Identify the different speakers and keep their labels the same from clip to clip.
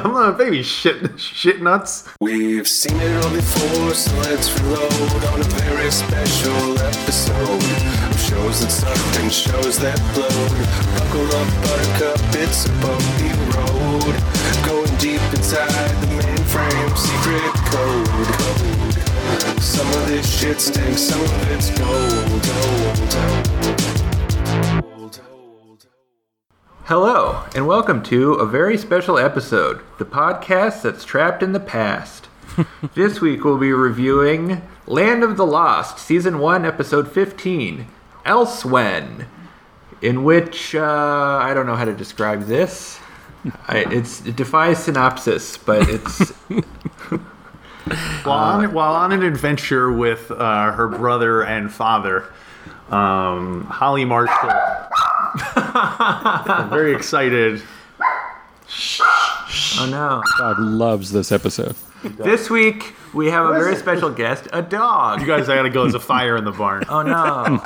Speaker 1: Come on, baby, shit, shit nuts.
Speaker 2: We've seen it all before, so let's reload on a very special episode of shows that sucked and shows that flowed. Buckle up, buttercup, it's a bumpy road. Going deep inside the mainframe secret code. code. Some of this shit stinks, some of it's gold. gold, gold.
Speaker 3: Hello, and welcome to a very special episode, the podcast that's trapped in the past. this week we'll be reviewing Land of the Lost, Season 1, Episode 15, Elswen, in which, uh, I don't know how to describe this. I, it's, it defies synopsis, but it's,
Speaker 1: While, on, while on an adventure with uh, her brother and father, um, Holly Marshall. I'm very excited.
Speaker 3: oh no.
Speaker 4: God loves this episode.
Speaker 3: This week we have a very special guest, a dog.
Speaker 1: You guys, I gotta go. There's a fire in the barn.
Speaker 3: Oh no!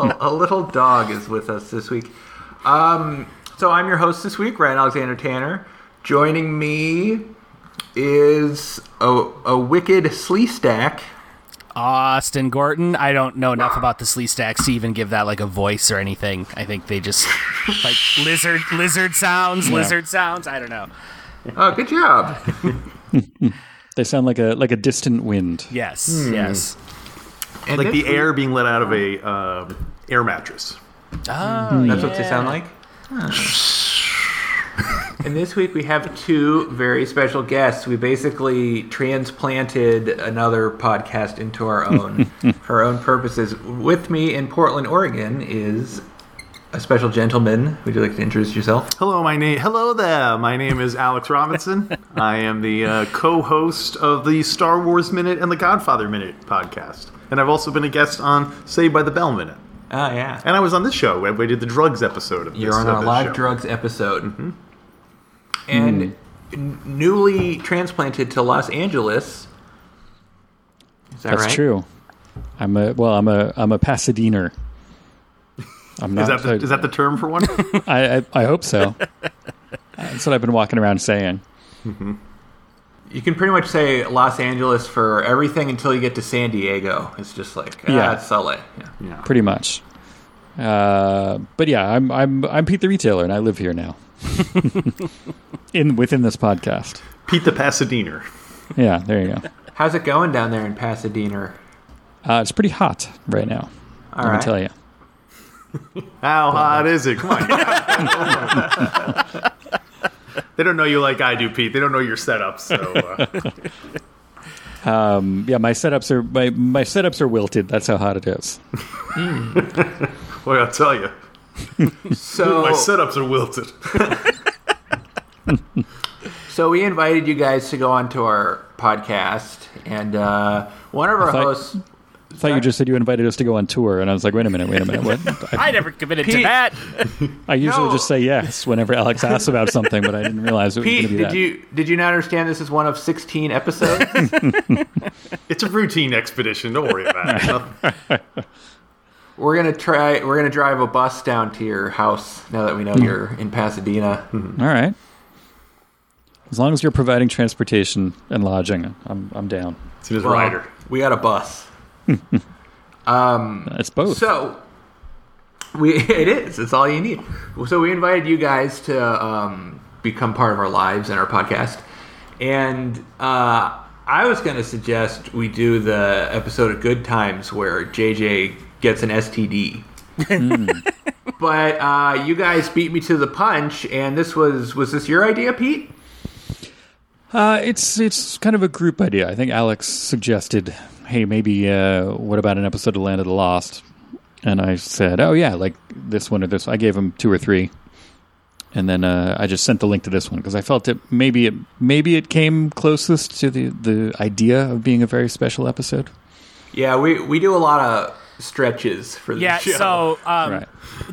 Speaker 3: a, a little dog is with us this week. Um, so I'm your host this week, Ryan Alexander Tanner. Joining me is a, a wicked slee stack.
Speaker 5: Austin Gorton. I don't know enough about the Slee Stacks to even give that like a voice or anything. I think they just like lizard lizard sounds, lizard sounds. I don't know.
Speaker 3: Oh, good job!
Speaker 4: They sound like a like a distant wind.
Speaker 5: Yes,
Speaker 3: Hmm.
Speaker 5: yes.
Speaker 3: And
Speaker 1: Like
Speaker 3: this
Speaker 1: the
Speaker 3: week-
Speaker 1: air being let out of a um, air mattress.
Speaker 5: Oh,
Speaker 3: That's what they sound like. and this week we have two very special guests. We basically transplanted another podcast into our own, our own purposes. With me in Portland, Oregon, is a special gentleman. Would you like to introduce yourself?
Speaker 1: Hello, my name. Hello there. My name is Alex Robinson. I am the uh, co-host of the Star Wars Minute and the Godfather Minute podcast, and I've also been a guest on Saved by the Bell Minute.
Speaker 3: Oh yeah,
Speaker 1: And I was on this show. when We did the drugs episode of Ah, this.
Speaker 3: you're on
Speaker 1: of
Speaker 3: our
Speaker 1: this
Speaker 3: live
Speaker 1: show. Mm-hmm.
Speaker 3: drugs episode, and
Speaker 4: Hmm.
Speaker 3: n- newly transplanted to Los Angeles. Is that
Speaker 4: That's
Speaker 3: right?
Speaker 4: true. I'm a well. I'm a I'm a Pasadener. I'm not.
Speaker 1: Is that, the, is that the term for one?
Speaker 4: I, I I hope so. That's what I've been walking around saying.
Speaker 3: You can pretty much say Los Angeles for everything until you get to San Diego. It's just like, ah,
Speaker 4: Yeah.
Speaker 3: it's LA. Yeah.
Speaker 4: Pretty much. Uh, but yeah, I'm I'm I'm Pete the retailer, and I live here now. in within this podcast.
Speaker 1: Pete the Pasadena.
Speaker 4: Yeah, there you go.
Speaker 3: How's it going down there in Pasadena?
Speaker 4: Uh, it's pretty hot right now.
Speaker 3: All
Speaker 4: I'm
Speaker 3: right.
Speaker 4: gonna tell you.
Speaker 1: How hot is it? Come on. they don't know you like I do, Pete. They don't know your setup. So uh,
Speaker 4: Yeah, my setups are my my setups are wilted. That's how hot it is.
Speaker 1: boy, I'll tell you, my
Speaker 3: So,
Speaker 1: setups are wilted.
Speaker 3: so we invited you guys to go onto our podcast, and uh, one of our
Speaker 4: thought-
Speaker 3: hosts,
Speaker 4: I thought you just said you invited us to go on tour, and I was like, wait a minute, wait a minute. What? I,
Speaker 5: I never committed to
Speaker 3: Pete.
Speaker 5: that.
Speaker 4: I usually
Speaker 3: No.
Speaker 4: just say yes whenever Alex asks about something, but I didn't realize it was going
Speaker 3: Pete,
Speaker 4: to be
Speaker 3: did
Speaker 4: that.
Speaker 3: you did you not understand this is one of sixteen episodes?
Speaker 1: It's a routine expedition. Don't worry about it. Nothing-
Speaker 3: we're gonna try. We're gonna drive a bus down to your house now that we
Speaker 4: Hmm.
Speaker 3: know you're in Pasadena.
Speaker 4: All right. As long as you're providing transportation and lodging, I'm I'm down.
Speaker 1: It's his
Speaker 3: Well,
Speaker 1: rider.
Speaker 3: we got a bus.
Speaker 4: It's both.
Speaker 3: So we it is. It's all you need. So we invited you guys to um, become part of our lives and our podcast. And uh, I was going to suggest we do the episode of Good Times where JJ gets an STD.
Speaker 5: Hmm.
Speaker 3: but uh, you guys beat me to the punch, and this was was this your idea, Pete?
Speaker 4: Uh, it's it's kind of a group idea. I think Alex suggested, "Hey, maybe uh, what about an episode of Land of the Lost?" And I said, "Oh yeah, like this one or this." I gave him two or three, and then uh, I just sent the link to this one because I felt it maybe it maybe it came closest to the the idea of being a very special episode.
Speaker 3: Yeah, we we do a lot of stretches for this
Speaker 5: Yeah,
Speaker 3: show.
Speaker 5: so um,
Speaker 4: Right.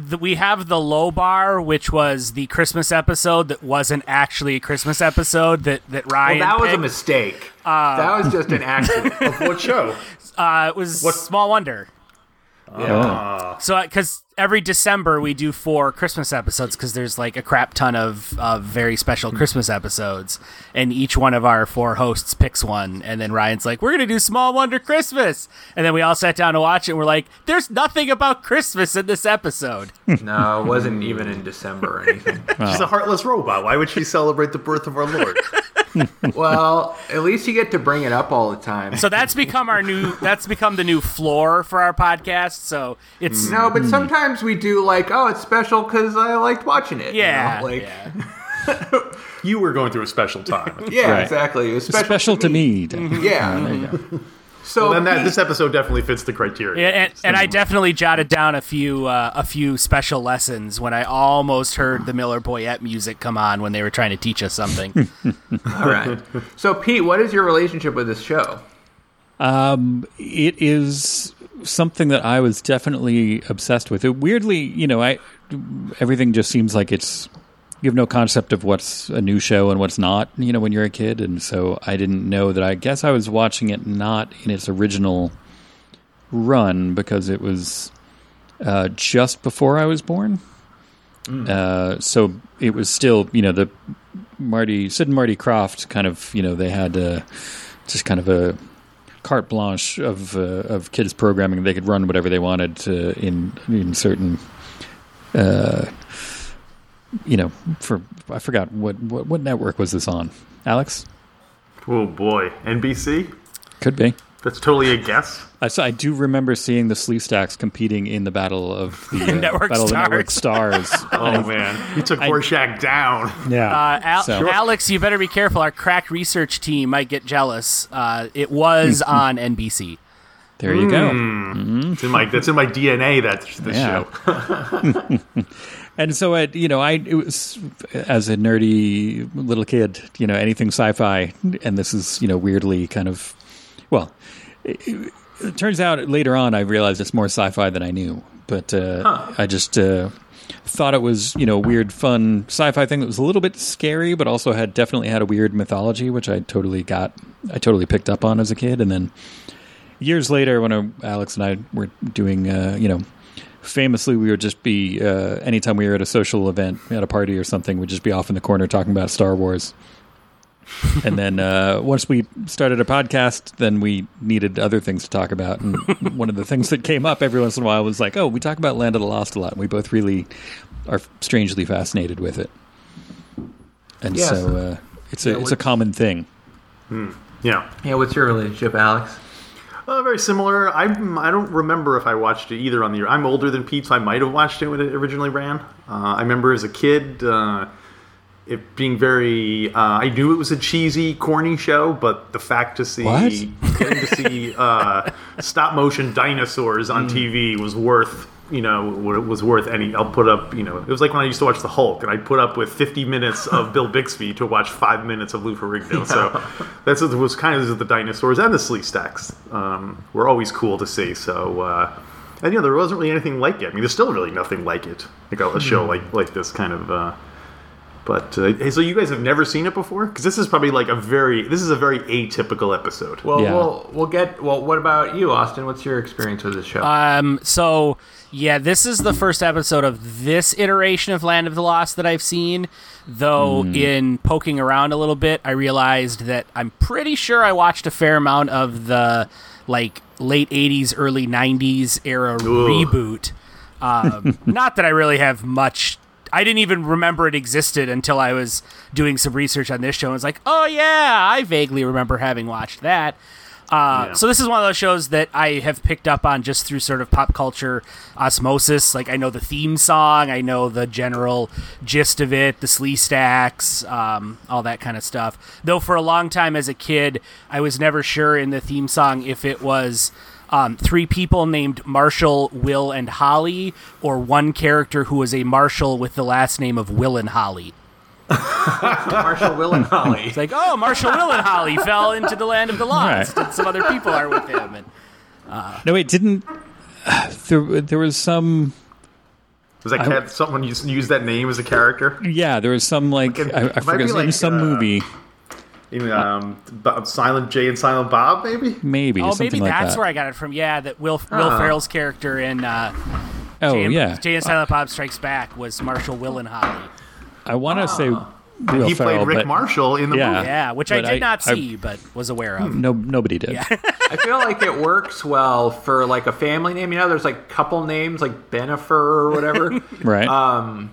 Speaker 5: th- we have the low bar, which was the Christmas episode that wasn't actually a Christmas episode that that
Speaker 3: well,
Speaker 5: Ryan.
Speaker 3: that was a
Speaker 5: picked.
Speaker 3: mistake. that was just an accident.
Speaker 1: What show?
Speaker 5: Uh, it was
Speaker 1: What-
Speaker 5: Small Wonder.
Speaker 4: Oh.
Speaker 5: So, because every December we do four Christmas episodes, because there's like a crap ton of, of very
Speaker 3: Hmm.
Speaker 5: special Christmas episodes, and each one of our four hosts picks one, and then Ryan's like, "We're gonna do Small Wonder Christmas," and then we all sat down to watch it, and we're like, "There's nothing about Christmas in this episode."
Speaker 3: No, it wasn't even in December or anything.
Speaker 1: She's a heartless robot. Why would she celebrate the birth of our Lord?
Speaker 3: well, at least you get to bring it up all the time.
Speaker 5: So that's become our new that's become the new floor for our podcast. So it's
Speaker 3: no, but sometimes we do like, oh, it's special because I liked watching it. you
Speaker 5: yeah,
Speaker 3: know, like
Speaker 5: yeah.
Speaker 1: you were going through a special time.
Speaker 3: yeah,
Speaker 4: Right.
Speaker 3: exactly. It was special,
Speaker 4: Special, to me.
Speaker 3: Yeah. So
Speaker 1: Well, then that,
Speaker 3: Pete-
Speaker 1: this episode definitely fits the criteria.
Speaker 5: Yeah, and, and I definitely jotted down a few uh, a few special lessons when I almost heard the Miller Boyette music come on when they were trying to teach us something.
Speaker 3: all right. So Pete, what is your relationship with this show?
Speaker 4: it is something that I was definitely obsessed with. It weirdly, you know, I everything just seems like it's you have no concept of what's a new show and what's not, you know, when you're a kid, and so I didn't know that. I guess I was watching it not in its original run because it was uh, just before I was born. Uh, so it was still, you know, the Marty Sid and Marty Croft kind of, you know, they had uh, just kind of a carte blanche of uh, of kids programming. They could run whatever they wanted to in in certain, uh, you know, for I forgot what, what what network was this on? Alex,
Speaker 1: Oh boy, NBC.
Speaker 4: could be.
Speaker 1: That's totally a guess.
Speaker 4: I saw, I do remember seeing the Slee Stacks competing in the battle of the uh,
Speaker 5: Network
Speaker 4: battle of the network stars.
Speaker 1: Oh man, you took Rorschach down.
Speaker 4: yeah,
Speaker 5: Uh, Al-
Speaker 4: So-
Speaker 5: Alex, you better be careful. Our crack research team might get jealous. Uh, it was on NBC.
Speaker 4: there you go.
Speaker 1: It's in my that's in my DNA. That's the
Speaker 4: Yeah.
Speaker 1: show.
Speaker 4: And so, it, you know, I it was as a nerdy little kid, you know, anything sci-fi, and this is, you know, weirdly kind of, well, it, it turns out later on I realized it's more sci-fi than I knew, but uh, I just uh, thought it was, you know, a weird, fun sci-fi thing that was a little bit scary, but also had definitely had a weird mythology, which I totally got, I totally picked up on as a kid, and then years later when uh, Alex and I were doing, uh, you know, famously we would just be uh, anytime we were at a social event at a party or something we'd just be off in the corner talking about star wars and then uh, once we started a podcast then we needed other things to talk about and one of the things that came up every once in a while was like oh we talk about land of the lost a lot and we both really are strangely fascinated with it and
Speaker 3: Yes.
Speaker 4: so uh, it's a
Speaker 3: Yeah,
Speaker 4: it's a
Speaker 3: what's-
Speaker 4: common thing
Speaker 1: Yeah.
Speaker 3: Yeah, what's your relationship, Alex?
Speaker 1: Uh, very similar. I I don't remember if I watched it either on the. I'm older than Pete, so I might have watched it when it originally ran. Uh, I remember as a kid, uh, it being very. Uh, I knew it was a cheesy, corny show, but the fact to see
Speaker 4: What?
Speaker 1: getting to see uh, stop motion dinosaurs on TV was worth. You know, what it was worth any. I'll put up. You know, it was like when I used to watch The Hulk, and I put up with 50 minutes of Bill Bixby to watch five minutes of Lou Ferrigno. So that's what was kind of the dinosaurs and the slee stacks um, were always cool to see. So, uh, and you know, there wasn't really anything like it. I mean, there's still really nothing like it. Like a, a show like like this kind of. Uh, but uh, hey, so you guys have never seen it before because this is probably like a very this is a very atypical episode.
Speaker 3: Well,
Speaker 4: Yeah.
Speaker 3: we'll we'll get. Well, what about you, Austin? What's your experience with this show?
Speaker 5: Um, so yeah, this is the first episode of this iteration of Land of the Lost that I've seen. Though in poking around a little bit, I realized that I'm pretty sure I watched a fair amount of the like late '80s, early '90s era reboot. Um, not that I really have much. I didn't even remember it existed until I was doing some research on this show. And was like, oh yeah, I vaguely remember having watched that. Uh,
Speaker 1: Yeah.
Speaker 5: So this is one of those shows that I have picked up on just through sort of pop culture osmosis. Like I know the theme song, I know the general gist of it, the slee stacks, um, all that kind of stuff. Though for a long time as a kid, I was never sure in the theme song if it was um, three people named Marshall, Will, and Holly, or one character who was a Marshall with the last name of Will and Holly.
Speaker 3: Marshall, Will, and Holly.
Speaker 5: It's like, oh, Marshall, Will, and Holly fell into the land of the lost, and some other people are with him. And,
Speaker 4: no wait didn't there, there was some
Speaker 1: was that cat, someone used, used that name as a character?
Speaker 4: Yeah, there was some like
Speaker 1: Like, it
Speaker 4: I, I
Speaker 1: might
Speaker 4: forget
Speaker 1: be
Speaker 4: it was in
Speaker 1: like,
Speaker 4: some
Speaker 1: uh,
Speaker 4: movie
Speaker 1: in um, Bo- Silent J and Silent Bob, maybe.
Speaker 4: Maybe
Speaker 5: Oh, maybe
Speaker 4: something like
Speaker 5: that's
Speaker 4: that.
Speaker 5: where I got it from. Yeah, that Will Will
Speaker 1: Ah.
Speaker 5: Ferrell's character in uh,
Speaker 4: oh
Speaker 5: Jay, and-
Speaker 4: yeah,
Speaker 5: Jay and Silent Bob Strikes Back was Marshall Willenholly.
Speaker 4: I want
Speaker 5: Ah.
Speaker 4: to say Will
Speaker 1: He
Speaker 4: Ferrell,
Speaker 1: played Rick
Speaker 4: but
Speaker 1: Marshall in the
Speaker 4: Yeah.
Speaker 1: movie.
Speaker 5: Yeah, which I
Speaker 4: But
Speaker 5: did
Speaker 4: I-
Speaker 5: not
Speaker 4: I-
Speaker 5: see, but was aware of.
Speaker 4: No, nobody did.
Speaker 3: I feel like it works well for like a family name. You know, there's like couple names like Benifer or whatever.
Speaker 4: Right.
Speaker 1: Uh.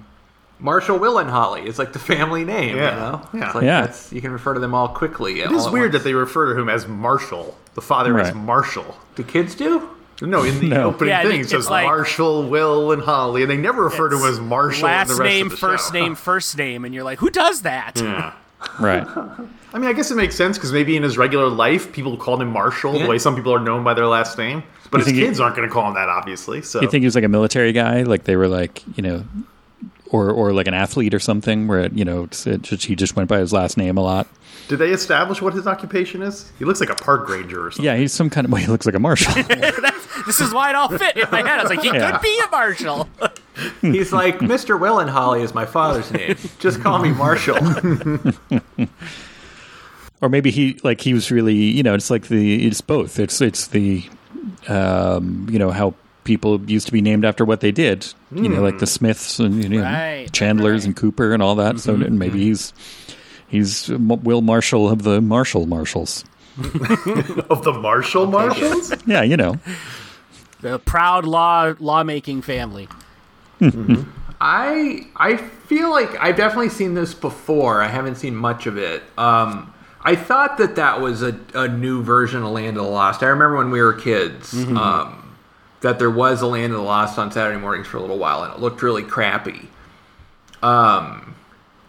Speaker 3: Marshall Willenholly is like the family name.
Speaker 1: Yeah.
Speaker 3: You know,
Speaker 1: Yeah.
Speaker 3: It's like
Speaker 4: Yeah.
Speaker 3: That's, you can refer to them all quickly.
Speaker 1: It is weird that they refer to him as Marshall. The father is
Speaker 4: Right.
Speaker 1: Marshall.
Speaker 3: the kids do.
Speaker 1: No, in the
Speaker 4: No.
Speaker 1: opening
Speaker 5: Yeah,
Speaker 1: thing,
Speaker 5: it's
Speaker 1: it says
Speaker 5: like-
Speaker 1: Marshall, Will, and Holly, and they never refer to him as Marshall. in
Speaker 5: Last
Speaker 1: the rest
Speaker 5: name,
Speaker 1: of the
Speaker 5: first
Speaker 1: show.
Speaker 5: name, first name, and you're like, who does that?
Speaker 1: Yeah.
Speaker 4: right.
Speaker 1: I mean, I guess it makes sense because maybe in his regular life, people called him Marshall
Speaker 3: Yeah.
Speaker 1: the way some people are known by their last name. But his
Speaker 4: think he-
Speaker 1: kids aren't going to call him that, obviously. So
Speaker 4: You think he was like a military guy? Like they were like you know, or or like an athlete or something? Where you know it's- it just, he just went by his last name a lot.
Speaker 1: did they establish what his occupation is? He looks like a park ranger or something.
Speaker 4: Yeah, he's some kind of. Well, he looks like a marshal.
Speaker 5: This is why it all fit in my head. I was like, he
Speaker 4: Yeah.
Speaker 5: could be a Marshall.
Speaker 3: He's like Mr. Willenholly is my father's name. Just call me Marshall.
Speaker 4: or maybe he like he was really you know it's like the it's both it's it's the um you know how people used to be named after what they did you know like the smiths and you know
Speaker 5: Right,
Speaker 4: chandlers and cooper and all that so maybe he's he's M- will marshall of the marshall marshals
Speaker 1: Of the Marshall Marshals?
Speaker 4: yeah you know
Speaker 5: The proud law lawmaking family.
Speaker 3: I I feel like I've definitely seen this before. I haven't seen much of it. Um, I thought that that was a, a new version of Land of the Lost. I remember when we were kids um, that there was a Land of the Lost on Saturday mornings for a little while, and it looked really crappy. Um,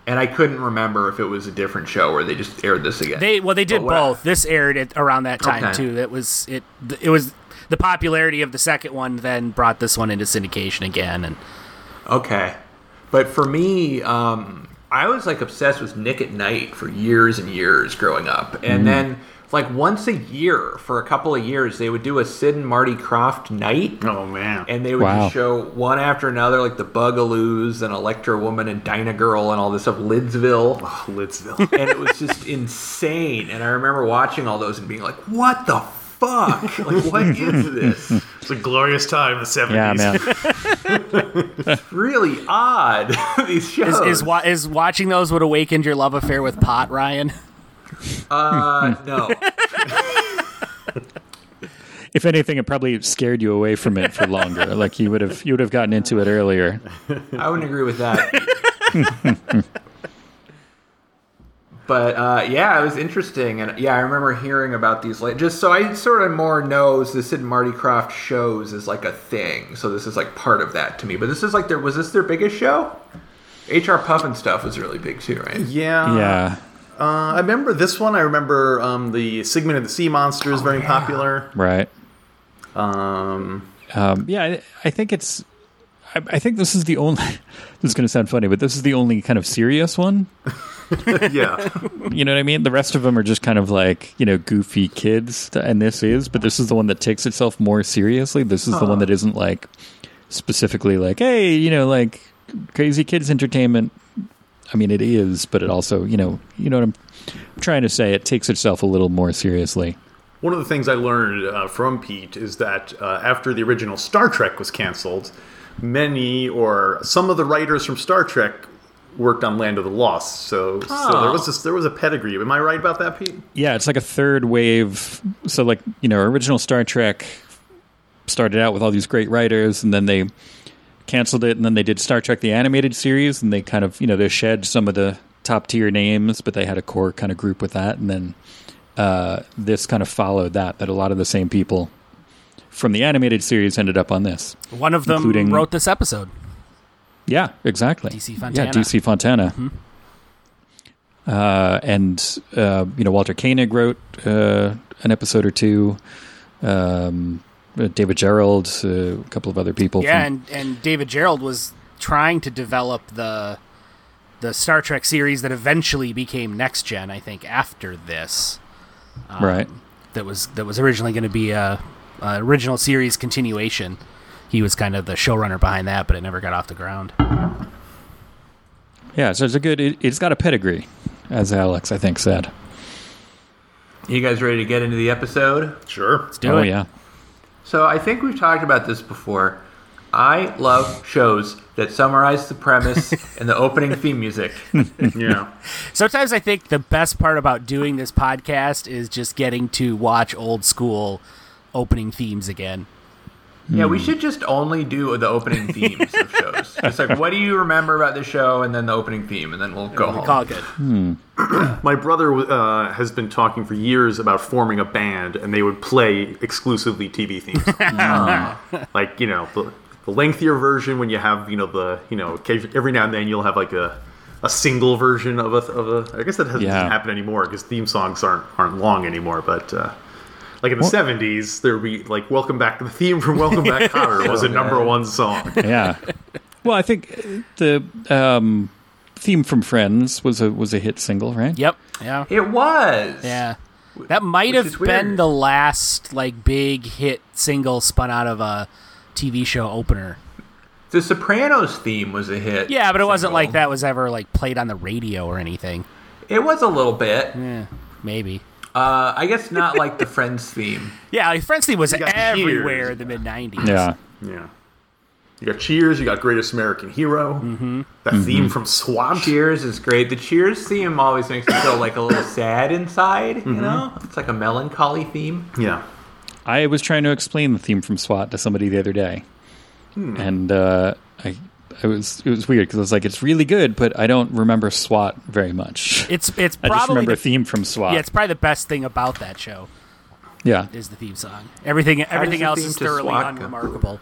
Speaker 3: and I couldn't remember if it was a different show or they just aired this again.
Speaker 5: They well, they did
Speaker 1: Oh,
Speaker 3: But what-
Speaker 5: both. This aired at around that time
Speaker 3: Okay.
Speaker 5: too. That was it. th- It was the popularity of the second one then brought this one into syndication again, and
Speaker 3: Okay. But for me, um, I was like obsessed with Nick at Night for years and years growing up. And then, like, once a year for a couple of years, they would do a Sid and Marty Croft night.
Speaker 1: Oh, man.
Speaker 3: And they would
Speaker 4: Wow.
Speaker 3: just show one after another, like the Bugaloos and Electra Woman and Dinah Girl and all this stuff, Lidsville.
Speaker 1: Lidsville.
Speaker 3: and it was just insane. And I remember watching all those and being like, what the fuck? Like, what is this?
Speaker 1: It's a glorious time in the 70s.
Speaker 4: yeah man
Speaker 3: Really odd, these shows.
Speaker 5: is is, wa- is watching those what awakened your love affair with pot, Ryan?
Speaker 3: uh, no.
Speaker 4: if anything it probably scared you away from it for longer like you would have you would have gotten into it earlier
Speaker 3: I wouldn't agree with that. but uh, yeah, it was interesting, and yeah, I remember hearing about these. Like, just so I sort of more knows the Sid and Marty Croft shows is like a thing. So this is like part of that to me. But this is like their was this their biggest show? HR Puffin stuff was really big too, right?
Speaker 1: Yeah.
Speaker 4: yeah
Speaker 1: Uh, I remember this one. I remember um, the Sigmund and the Sea Monster is very popular.
Speaker 4: right
Speaker 1: Um,
Speaker 4: Um, yeah, I, I think it's. I, I think this is the only. This is going to sound funny, but this is the only kind of serious one.
Speaker 1: yeah.
Speaker 4: You know what I mean? The rest of them are just kind of like you know goofy kids, and this is. But this is the one that takes itself more seriously. This is the one that isn't like specifically like, hey, you know, like crazy kids entertainment. I mean, it is, but it also, you know, you know what I'm trying to say. It takes itself a little more seriously.
Speaker 1: One of the things I learned uh, from Pete is that uh, after the original Star Trek was canceled, many or some of the writers from Star Trek worked on Land of the Lost. So, so there was this, there was a pedigree. Am I right about that, Pete?
Speaker 4: Yeah, it's like a third wave. So, like, you know, original Star Trek started out with all these great writers, and then they canceled it, and then they did Star Trek the animated series, and they kind of, you know, they shed some of the top tier names, but they had a core kind of group with that. And then uh, this kind of followed that, that a lot of the same people from the animated series ended up on this.
Speaker 5: One of them
Speaker 4: Including-
Speaker 5: wrote this episode.
Speaker 4: Yeah, exactly.
Speaker 5: DC Fontana. Mm-hmm.
Speaker 4: Yeah, DC Fontana. Uh, and uh, you know, Walter Koenig wrote uh, an episode or two. Um, uh, David Gerald, uh, a couple of other people.
Speaker 5: Yeah,
Speaker 4: from-
Speaker 5: and, and David Gerald was trying to develop the the Star Trek series that eventually became Next Gen. I think after this,
Speaker 4: right.
Speaker 5: that was that was originally going to be a, a original series continuation. He was kind of the showrunner behind that, but it never got off the ground.
Speaker 4: Yeah, so it's a good. It, it's got a pedigree, as Alex I think said.
Speaker 3: You guys ready to get into the episode?
Speaker 1: Sure.
Speaker 5: Do
Speaker 4: oh
Speaker 5: it.
Speaker 4: yeah.
Speaker 3: So I think we've talked about this before. I love shows that summarize the premise and the opening theme music.
Speaker 1: Yeah.
Speaker 5: Sometimes I think the best part about doing this podcast is just getting to watch old school opening themes again.
Speaker 3: Yeah,
Speaker 5: Hmm.
Speaker 3: we should just only do the opening themes of shows. Just like, what do you remember about the show, and then the opening theme, and then we'll go home.
Speaker 5: Call it good.
Speaker 1: My brother uh, has been talking for years about forming a band, and they would play exclusively TV themes. Like you know, the, the lengthier version when you have you know the you know occasion- every now and then you'll have like a a single version of a of a. I guess that hasn't
Speaker 4: Yeah.
Speaker 1: happened anymore because theme songs aren't aren't long anymore, but. Uh, like in the seventies, there would be like "Welcome Back." The theme from "Welcome Back, Cotter" was a number one song.
Speaker 4: yeah. Well, I think the um, theme from Friends was a was a hit single, right?
Speaker 5: Yep. Yeah.
Speaker 3: It was.
Speaker 5: Yeah. That might
Speaker 3: is
Speaker 5: have
Speaker 3: weird.
Speaker 5: been the last like big hit single spun out of a TV show opener.
Speaker 3: The Sopranos theme was a hit.
Speaker 5: Yeah, but it wasn't
Speaker 3: single.
Speaker 5: like that was ever like played on the radio or anything.
Speaker 3: It was a little bit.
Speaker 5: Yeah, maybe.
Speaker 3: Uh, I guess not like the Friends theme.
Speaker 5: Yeah, like Friends theme was
Speaker 1: got
Speaker 5: everywhere
Speaker 1: years.
Speaker 5: in the mid '90s.
Speaker 4: Yeah.
Speaker 1: Yeah, you got Cheers, you got Greatest American Hero, that theme from SWAT.
Speaker 3: Cheers is great. The Cheers theme always makes me feel like a little sad inside.
Speaker 5: Mm-hmm.
Speaker 3: You know, it's like a melancholy theme.
Speaker 1: Yeah.
Speaker 4: I was trying to explain the theme from SWAT to somebody the other day,
Speaker 1: Hmm.
Speaker 4: and uh, I, I was it was weird because I was like, it's really good, but I don't remember SWAT very much.
Speaker 5: It's it's
Speaker 4: I just
Speaker 5: probably
Speaker 4: remember
Speaker 5: the,
Speaker 4: a theme from SWAT.
Speaker 5: yeah, it's probably the best thing about that show
Speaker 4: yeah.
Speaker 5: is the theme song. Everything everything
Speaker 3: the
Speaker 5: else
Speaker 3: theme
Speaker 5: is
Speaker 3: to
Speaker 5: thoroughly
Speaker 3: SWAT go?
Speaker 5: unremarkable.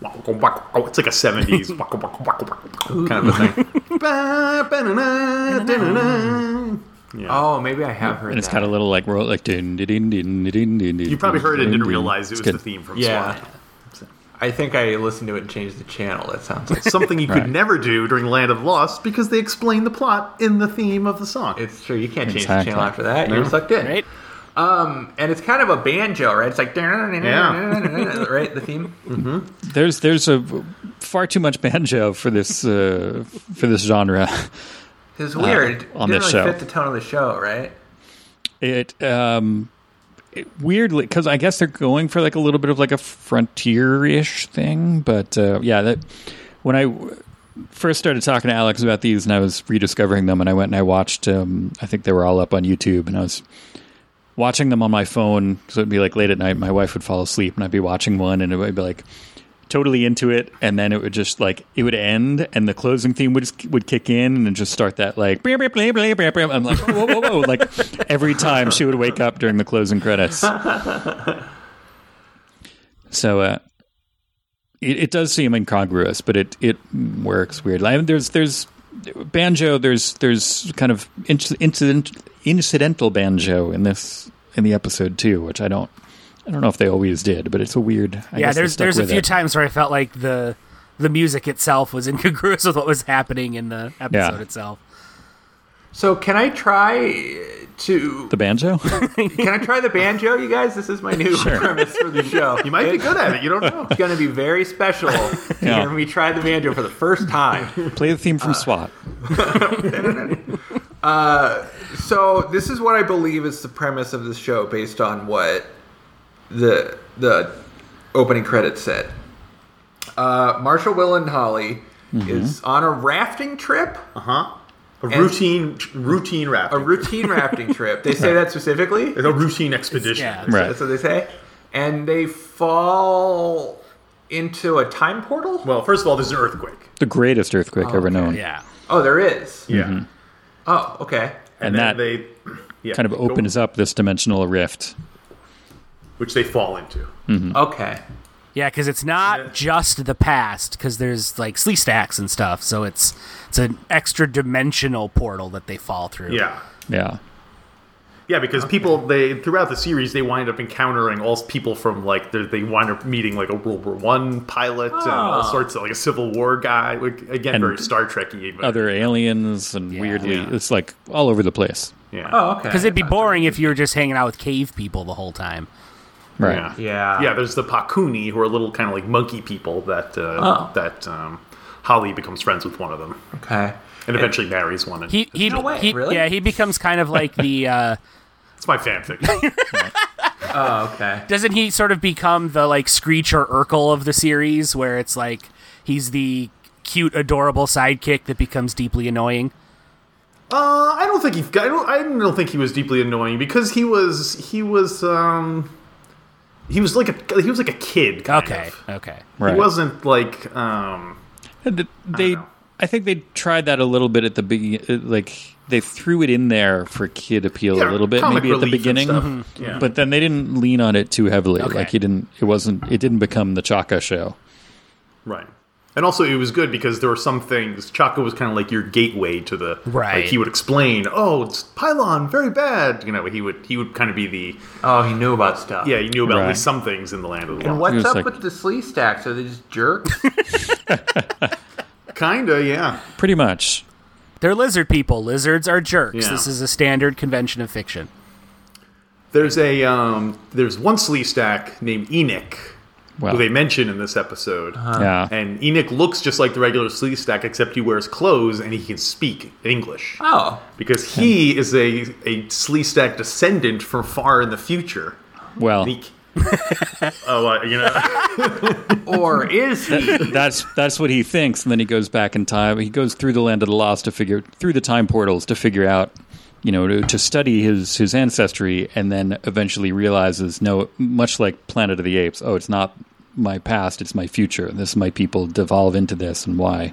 Speaker 1: Oh, it's like a 70s waka, waka, waka, waka, kind of a thing.
Speaker 3: Oh, maybe I have heard
Speaker 4: And it's
Speaker 3: that.
Speaker 4: got a little like roll like din din din din din din.
Speaker 1: You probably heard it and didn't realize it was the theme from
Speaker 3: Yeah.
Speaker 1: SWAT.
Speaker 3: I think I listened to it and changed the channel. That sounds like
Speaker 1: Something you could
Speaker 4: Right.
Speaker 1: never do during Land of the Lost because they explain the plot in the theme of the song.
Speaker 3: it's true. You can't change
Speaker 4: Exactly.
Speaker 3: the channel after that. You're sucked in.
Speaker 5: Right?
Speaker 3: Um, and it's kind of a banjo, right? It's like
Speaker 1: Yeah.
Speaker 3: right the theme.
Speaker 4: There's there's a far too much banjo for this uh, for this genre.
Speaker 3: It's weird. It
Speaker 4: Uh, on
Speaker 3: didn't
Speaker 4: this
Speaker 3: really
Speaker 4: show.
Speaker 3: fit the tone of the show, right?
Speaker 4: it um it, weirdly because i guess they're going for like a little bit of like a frontier-ish thing but uh yeah that when i w- first started talking to alex about these and i was rediscovering them and i went and i watched um i think they were all up on youtube and i was watching them on my phone so it'd be like late at night my wife would fall asleep and i'd be watching one and it would be like totally into it and then it would just like it would end and the closing theme would just, would kick in and then just start that like "Blah, blah, blah, blah, blah, blah." I'm like whoa whoa whoa like every time she would wake up during the closing credits so uh it, it does seem incongruous but it it works weirdly I mean, there's there's banjo there's there's kind of inc- incident incidental banjo in this in the episode too which I don't I don't know if they always did but it's a weird I
Speaker 5: yeah,
Speaker 4: guess they
Speaker 5: there's
Speaker 4: stuck
Speaker 5: there's a
Speaker 4: with
Speaker 5: few
Speaker 4: it.
Speaker 5: times where I felt like the the music itself was incongruous with what was happening in the episode
Speaker 4: Yeah.
Speaker 5: itself.
Speaker 3: So can I try to
Speaker 4: the banjo
Speaker 3: can I try the banjo, you guys? This is my new premise for the show.
Speaker 1: you might be good at it. You don't know.
Speaker 3: It's going to be very special to
Speaker 4: Yeah.
Speaker 3: hear me try the banjo for the first time.
Speaker 4: Play the theme
Speaker 1: Ah.
Speaker 4: from SWAT.
Speaker 3: So this is what I believe is the premise of the show, based on what the the opening credits said. Uh, Marshall, Will, and Holly is on a rafting trip,
Speaker 1: A routine, routine rap.
Speaker 3: a routine rafting trip. They say that specifically.
Speaker 1: It's a routine expedition.
Speaker 5: Yeah.
Speaker 4: Right.
Speaker 3: That's what they say, and they fall into a time portal.
Speaker 1: Well, first of all, there's an earthquake.
Speaker 4: The greatest earthquake ever known.
Speaker 5: Yeah.
Speaker 3: Oh, there is.
Speaker 1: Yeah.
Speaker 3: Oh, okay.
Speaker 4: And,
Speaker 1: then
Speaker 4: that
Speaker 1: Mm-hmm. they yeah,
Speaker 4: kind of
Speaker 1: they go-
Speaker 4: opens up this dimensional rift.
Speaker 1: which they fall into.
Speaker 3: Okay.
Speaker 5: Yeah, because it's not just the past. Because there's like slee stacks and stuff, so it's it's an extra dimensional portal that they fall through.
Speaker 1: Yeah.
Speaker 4: Yeah.
Speaker 1: Yeah, because people they throughout the series they wind up encountering all people from like they they wind up meeting like a World War One pilot and all
Speaker 3: Oh.
Speaker 1: sorts of like a Civil War guy. Like, again,
Speaker 4: And
Speaker 1: very Star Trekky. But,
Speaker 4: Other aliens and weirdly,
Speaker 1: Yeah.
Speaker 4: it's like all over the place.
Speaker 1: yeah,
Speaker 3: Oh, okay.
Speaker 5: Because it'd be boring if you were just hanging out with cave people the whole time.
Speaker 4: Right.
Speaker 1: yeah,
Speaker 3: Yeah.
Speaker 1: yeah. There's the Pakuni who are little kind of like monkey people that uh,
Speaker 3: Oh.
Speaker 1: that um, Holly becomes friends with one of them
Speaker 3: Okay.
Speaker 1: and eventually marries one. And,
Speaker 5: He he,
Speaker 3: No way,
Speaker 5: he
Speaker 3: really?
Speaker 5: yeah he becomes kind of like the uh,
Speaker 1: It's my fanfic.
Speaker 3: Oh, okay.
Speaker 5: Doesn't he sort of become the like Screech or Urkel of the series, where it's like he's the cute, adorable sidekick that becomes deeply annoying?
Speaker 1: uh, I don't think he. I don't, I don't think he was deeply annoying because he was he was um he was like a he was like a kid. Kind
Speaker 5: Okay,
Speaker 1: of.
Speaker 5: okay.
Speaker 4: Right.
Speaker 1: He wasn't like um
Speaker 4: And th- they,
Speaker 1: know.
Speaker 4: I, think they tried that a little bit at the beginning. Like they threw it in there for kid appeal
Speaker 1: yeah,
Speaker 4: a little bit,
Speaker 1: comic
Speaker 4: maybe at the
Speaker 1: relief and
Speaker 4: beginning. Mm-hmm.
Speaker 1: stuff. Yeah.
Speaker 4: But then they didn't lean on it too heavily.
Speaker 5: Okay.
Speaker 4: Like he didn't. It wasn't. It didn't become the Chaka show.
Speaker 1: Right. And also, it was good because there were some things. Chaka was kind of like your gateway to the.
Speaker 5: Right.
Speaker 1: Like he would explain, "Oh, it's Pylon, very bad." You know, he would he would kind of be the.
Speaker 3: Oh, he knew about stuff.
Speaker 1: Yeah, he knew about at
Speaker 4: Right.
Speaker 1: least some things in the land of the
Speaker 3: And
Speaker 1: lost.
Speaker 3: what's
Speaker 4: He was
Speaker 3: up
Speaker 4: like-
Speaker 3: with the slee stacks? Are they just jerks?
Speaker 1: Kinda, yeah.
Speaker 4: Pretty much.
Speaker 5: They're lizard people. Lizards are jerks.
Speaker 1: Yeah.
Speaker 5: This is a standard convention of fiction.
Speaker 1: There's a um, there's one Slee stack named Enoch,
Speaker 4: Well,
Speaker 1: who they mention in this episode.
Speaker 4: yeah.
Speaker 1: And Enoch looks just like the regular Slee stack, except he wears clothes and he can speak English
Speaker 3: oh,
Speaker 1: because he is a a Slee stack descendant from far in the future.
Speaker 4: well,
Speaker 1: He c- oh, uh, you know.
Speaker 3: or is he?
Speaker 4: that's that's what he thinks, and then he goes back in time. He goes through the land of the lost to figure through the time portals to figure out, you know, to, to study his his ancestry, and then eventually realizes, no, much like Planet of the Apes, oh, it's not my past, it's my future. This my people devolve into this, and why?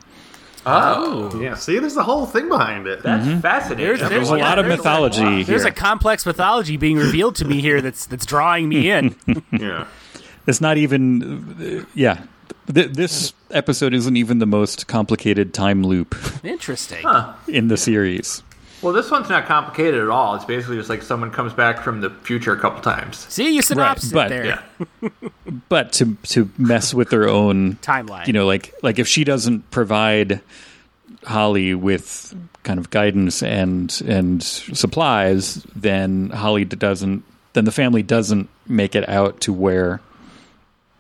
Speaker 3: Oh,
Speaker 1: Yeah, see, there's the whole thing behind it.
Speaker 3: that's fascinating.
Speaker 5: There's-
Speaker 4: There's a lot of
Speaker 5: there's a lot-
Speaker 4: mythology
Speaker 5: There's
Speaker 4: here.
Speaker 5: a complex mythology being revealed to me here that's that's drawing me in.
Speaker 1: yeah.
Speaker 4: it's not even, uh, yeah. Th- this episode isn't even the most complicated time loop
Speaker 5: Interesting.
Speaker 4: in the series.
Speaker 3: Well, this one's not complicated at all. It's basically just like someone comes back from the future a couple times.
Speaker 5: See you synopsis
Speaker 4: but-
Speaker 5: there.
Speaker 3: Yeah.
Speaker 4: but to to mess with their own
Speaker 5: Timeline.
Speaker 4: you know like like if she doesn't provide holly with kind of guidance and and supplies then holly d- doesn't then the family doesn't make it out to where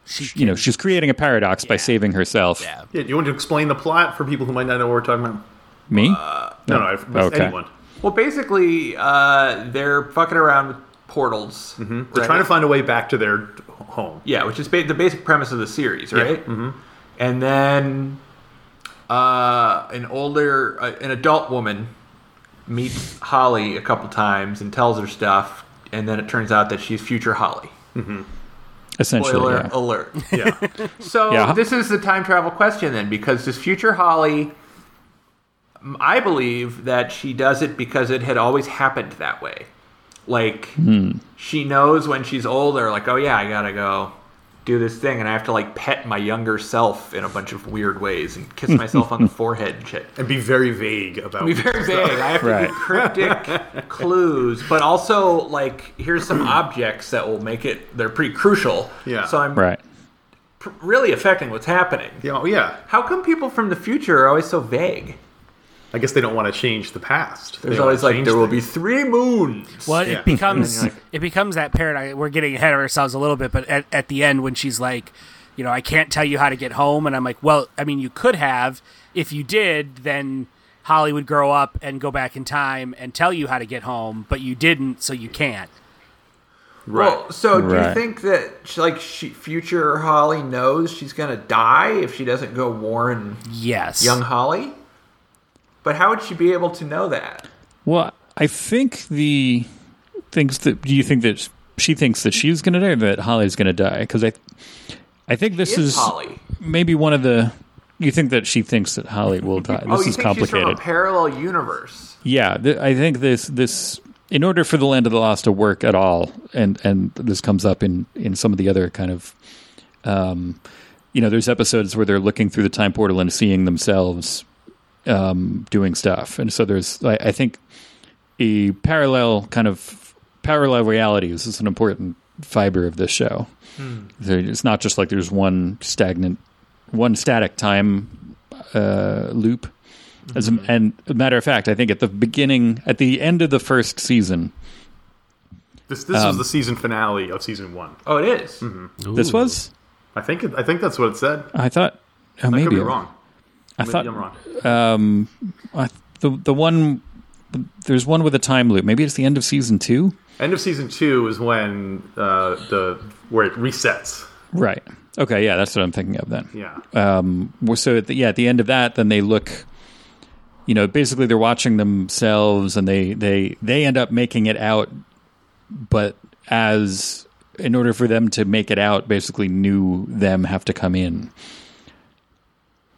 Speaker 5: She
Speaker 4: you know she's creating a paradox by saving herself
Speaker 5: Yeah.
Speaker 1: Yeah, do you want to explain the plot for people who might not know what we're talking about?
Speaker 4: me
Speaker 3: Uh,
Speaker 1: No, no, I've missed
Speaker 4: Okay.
Speaker 1: anyone.
Speaker 3: Well, basically, uh, they're fucking around with portals. Mm-hmm.
Speaker 1: They're trying to find a way back to their home.
Speaker 3: Yeah, which is ba- the basic premise of the series, right? Mm-hmm. And then uh, an older, uh, an adult woman meets Holly a couple times and tells her stuff, and then it turns out that she's future Holly.
Speaker 4: essentially
Speaker 3: Spoiler
Speaker 4: yeah.
Speaker 3: alert.
Speaker 1: Yeah.
Speaker 3: So
Speaker 4: Yeah.
Speaker 3: this is the time travel question then, because this future Holly, m- I believe that she does it because it had always happened that way. Like she knows when she's older, like oh yeah, I gotta go do this thing, and I have to like pet my younger self in a bunch of weird ways and kiss myself on the forehead and shit.
Speaker 1: and be very vague about
Speaker 3: Be very vague. I have to
Speaker 4: Right.
Speaker 3: give cryptic clues, but also like here's some objects that will make it. They're pretty crucial.
Speaker 1: Yeah.
Speaker 3: So I'm
Speaker 4: right
Speaker 3: pr- really affecting what's happening.
Speaker 1: Yeah, oh, yeah.
Speaker 3: How come people from the future are always so vague?
Speaker 1: I guess they don't want to change the past.
Speaker 3: There's always like there will be three moons.
Speaker 5: Well,
Speaker 1: Yeah.
Speaker 5: it becomes it becomes that paradigm. We're getting ahead of ourselves a little bit, but at, at the end, when she's like, you know, I can't tell you how to get home, and I'm like, well, I mean, you could have. If you did, then Holly would grow up and go back in time and tell you how to get home, but you didn't, so you can't.
Speaker 1: Right.
Speaker 3: Well, so do you
Speaker 4: Right.
Speaker 3: think that she, like she, future Holly knows she's gonna die if she doesn't go warn
Speaker 5: Yes.
Speaker 3: young Holly? But how would she be able to know that?
Speaker 4: well i think the thinks that do you think that she thinks that she's gonna die or that holly's gonna die because i i think this
Speaker 3: It's
Speaker 4: is
Speaker 3: Holly. Oh,
Speaker 4: maybe one of the you think that she thinks that Holly will die. This
Speaker 3: oh, you
Speaker 4: is
Speaker 3: think she's from a
Speaker 4: complicated.
Speaker 3: parallel universe?
Speaker 4: yeah, th- I think this this in order for the land of the lost to work at all, and and this comes up in in some of the other kind of, um, you know, there's episodes where they're looking through the time portal and seeing themselves, um, doing stuff, and so there's I, I think a parallel kind of parallel realities is an important fiber of this show. There- It's not just like there's one stagnant, one static time uh, loop. As a, and a matter of fact, I think at the beginning, at the end of the first season,
Speaker 1: this this was the season finale of season one.
Speaker 3: Oh, it is.
Speaker 4: this was.
Speaker 1: I think it, I think that's what it said.
Speaker 4: I thought oh,
Speaker 1: I
Speaker 4: maybe
Speaker 1: could be wrong.
Speaker 4: I
Speaker 1: Maybe
Speaker 4: thought
Speaker 1: I'm wrong.
Speaker 4: I, the the one there's one with a time loop. Maybe it's the end of season two.
Speaker 1: End of season two is when uh, the where it resets. Uh,
Speaker 4: Right. Okay. Yeah, that's what I'm thinking of then.
Speaker 1: Yeah.
Speaker 4: Um. well, So at the, yeah, at the end of that, then they look. You know, basically they're watching themselves, and they they they end up making it out, but as in order for them to make it out, basically new them have to come in.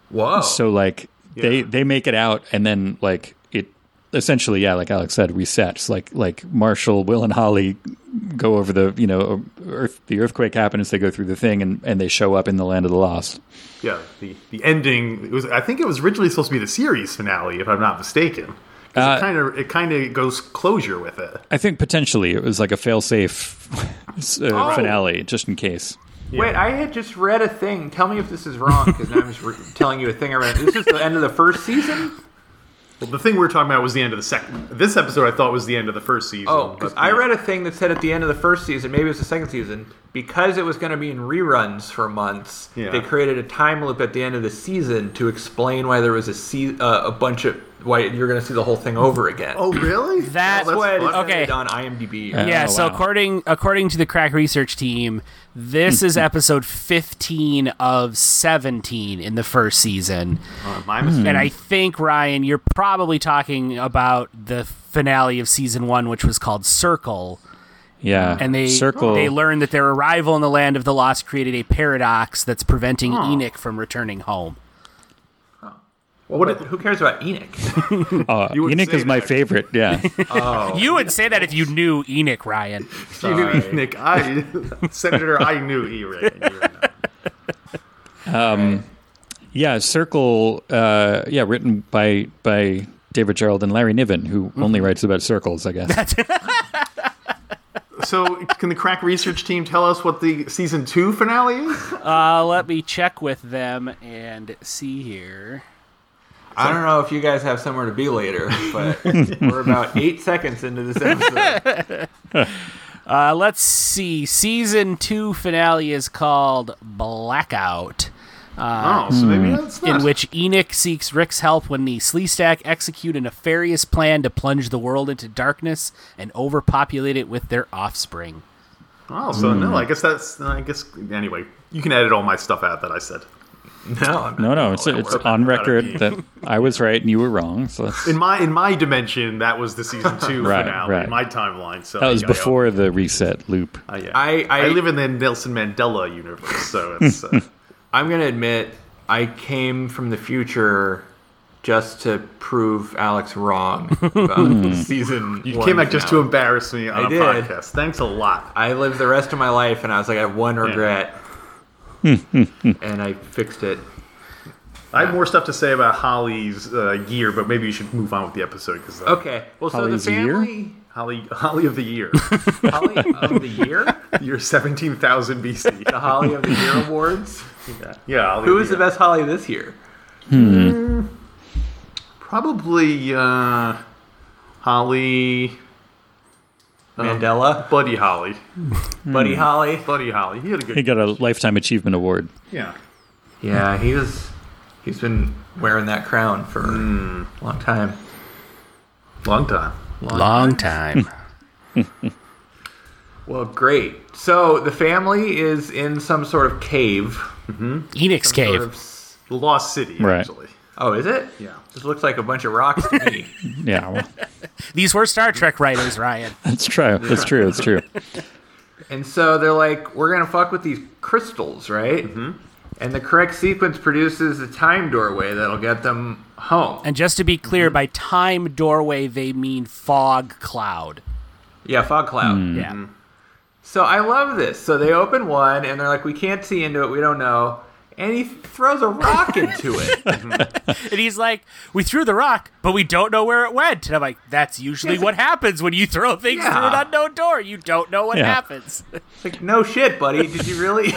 Speaker 3: Whoa.
Speaker 4: So like they
Speaker 1: Yeah.
Speaker 4: they make it out and then like it essentially yeah like Alex said resets like like Marshall Will and Holly go over the you know earth the earthquake happens they go through the thing and and they show up in the land of the lost
Speaker 1: Yeah, the, the ending it was. I think it was originally supposed to be the series finale, if I'm not mistaken. 'Cause
Speaker 4: Uh,
Speaker 1: it kind of it kind of goes closure with it.
Speaker 4: I think potentially it was like a fail-safe uh,
Speaker 5: Oh.
Speaker 4: finale just in case
Speaker 3: Wait, I had just read a thing. Tell me if this is wrong, because now I'm just re- telling you a thing I read. This is the end of the first season.
Speaker 1: Well, the thing we were talking about was the end of the second. This episode, I thought was the end of the first season.
Speaker 3: Oh, because
Speaker 1: but
Speaker 3: I
Speaker 1: the-
Speaker 3: read a thing that said at the end of the first season, maybe it was the second season, because it was going to be in reruns for months.
Speaker 1: Yeah.
Speaker 3: They created a time loop at the end of the season to explain why there was a se- uh, a bunch of why you're going to see the whole thing over again.
Speaker 1: Oh, really?
Speaker 5: That-
Speaker 1: oh, that's
Speaker 3: What is
Speaker 1: fun.
Speaker 5: okay.
Speaker 3: it on IMDb?
Speaker 5: Yeah,
Speaker 4: Oh,
Speaker 5: so
Speaker 4: wow.
Speaker 5: according according to the crack research team, this
Speaker 4: Hmm.
Speaker 5: is episode 15 of 17 in the first season.
Speaker 1: Uh, my
Speaker 4: Hmm.
Speaker 1: mistake.
Speaker 5: And I think Ryan, you're probably talking about the finale of season 1 which was called Circle
Speaker 4: yeah
Speaker 5: and they
Speaker 4: circle
Speaker 5: they learned that their arrival in the land of the lost created a paradox that's preventing Enoch from returning home.
Speaker 3: Well, what, who cares about Enoch?
Speaker 4: uh,
Speaker 1: would
Speaker 4: Enoch
Speaker 1: say
Speaker 4: is my
Speaker 1: that.
Speaker 4: favorite yeah
Speaker 5: You would say that if you knew Enoch, Ryan.
Speaker 1: You knew Nick. I Senator. I knew he read.
Speaker 4: Yeah, Circle. Uh, yeah, written by by David Gerald and Larry Niven, who only
Speaker 1: Mm-hmm.
Speaker 4: writes about circles, I guess.
Speaker 1: So, can the crack research team tell us what the season two finale is?
Speaker 5: Uh, let me check with them and see here.
Speaker 3: I don't know if you guys have somewhere to be later, but we're about eight seconds into this episode.
Speaker 5: Uh, let's see. Season two finale is called Blackout,
Speaker 1: Oh, so maybe that's not.
Speaker 5: in which Enoch seeks Rick's help when the Sleestack execute a nefarious plan to plunge the world into darkness and overpopulate it with their offspring.
Speaker 1: oh, so no.
Speaker 4: Hmm.
Speaker 1: I guess that's. I guess anyway. You can edit all my stuff out that I said.
Speaker 3: No, I'm
Speaker 4: No,
Speaker 3: not.
Speaker 4: no, it's it's on record that I was right and you were wrong. So that's,
Speaker 1: In my in my dimension, that was the season two
Speaker 4: Right,
Speaker 1: finale.
Speaker 4: right.
Speaker 1: My timeline. So
Speaker 4: that was
Speaker 1: yeah, yeah.
Speaker 4: before the reset loop.
Speaker 1: Uh, yeah.
Speaker 3: I- I-
Speaker 1: live in the Nelson Mandela universe, so it's uh,
Speaker 3: I'm gonna admit I came from the future just to prove Alex wrong about season.
Speaker 1: you
Speaker 3: one
Speaker 1: came back just to
Speaker 3: finale.
Speaker 1: embarrass me on a
Speaker 3: I did.
Speaker 1: podcast. Thanks a lot.
Speaker 3: I lived the rest of my life, and I was like, I have one regret, and I fixed it.
Speaker 1: I have more stuff to say about Holly's uh, year, but maybe you should move on with the episode because uh,
Speaker 3: Okay, well, so
Speaker 4: Holly's
Speaker 3: the family
Speaker 1: Holly Holly of the year,
Speaker 3: Holly of the year,
Speaker 1: year seventeen thousand
Speaker 3: the
Speaker 1: BC.
Speaker 3: Holly of the Year awards.
Speaker 1: Yeah, Holly
Speaker 3: Who
Speaker 1: of
Speaker 3: was the
Speaker 1: Year.
Speaker 3: best Holly this year?
Speaker 1: Probably uh, Holly Um,
Speaker 3: Mandela,
Speaker 1: Buddy Holly,
Speaker 3: Buddy Holly.
Speaker 1: Buddy Holly. He had a good
Speaker 4: He got a lifetime achievement award.
Speaker 1: yeah.
Speaker 3: Yeah, he was. He's been wearing that crown for
Speaker 1: Hmm.
Speaker 3: a long time.
Speaker 1: Long time.
Speaker 5: Long time.
Speaker 3: Well, great. So the family is in some sort of cave.
Speaker 5: Enoch's
Speaker 3: Sort
Speaker 5: cave.
Speaker 3: of s-
Speaker 1: The Lost City,
Speaker 4: Right.
Speaker 1: actually.
Speaker 3: oh, is it?
Speaker 1: Yeah.
Speaker 3: This looks like a bunch of rocks to me.
Speaker 4: Yeah, well,
Speaker 5: These were Star Trek writers, Ryan.
Speaker 4: that's true. That's true. That's true.
Speaker 3: and so they're like, we're gonna fuck with these crystals, right? Mm-hmm. And the correct sequence produces a time doorway that'll get them home.
Speaker 5: And just to be clear, by time doorway, they mean fog cloud.
Speaker 3: yeah, fog cloud.
Speaker 5: Yeah.
Speaker 3: So I love this. So they open one, and they're like, we can't see into it. We don't know. And he throws a rock into it.
Speaker 5: And he's like, "We threw the rock, but we don't know where it went." And I'm like, "That's usually what happens when you throw things
Speaker 3: Yeah.
Speaker 5: through an unknown door. You don't know what
Speaker 4: Yeah.
Speaker 5: happens."
Speaker 3: It's like, no shit, buddy. Did you really?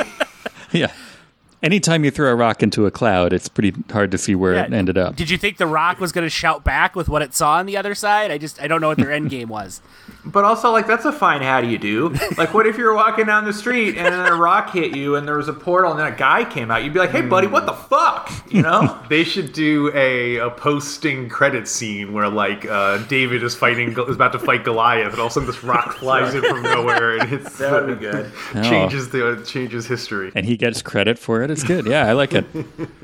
Speaker 4: Yeah. Anytime you throw a rock into a cloud, it's pretty hard to see where it
Speaker 5: Yeah.
Speaker 4: ended up.
Speaker 5: Did you think The Rock was going to shout back with what it saw on the other side? I just I don't know what their end game was.
Speaker 3: But also, like, that's a fine how do you do? Like, what if you were walking down the street and then a rock hit you and there was a portal and then a guy came out? You'd be like, hey, buddy, what the fuck? You know?
Speaker 1: They should do a, a posting credit scene where like uh, David is fighting is about to fight Goliath, and all of a sudden this rock flies in from nowhere and it's,
Speaker 3: that would be good.
Speaker 1: changes the changes history.
Speaker 4: and he gets credit for it. It's good. Yeah, I like it.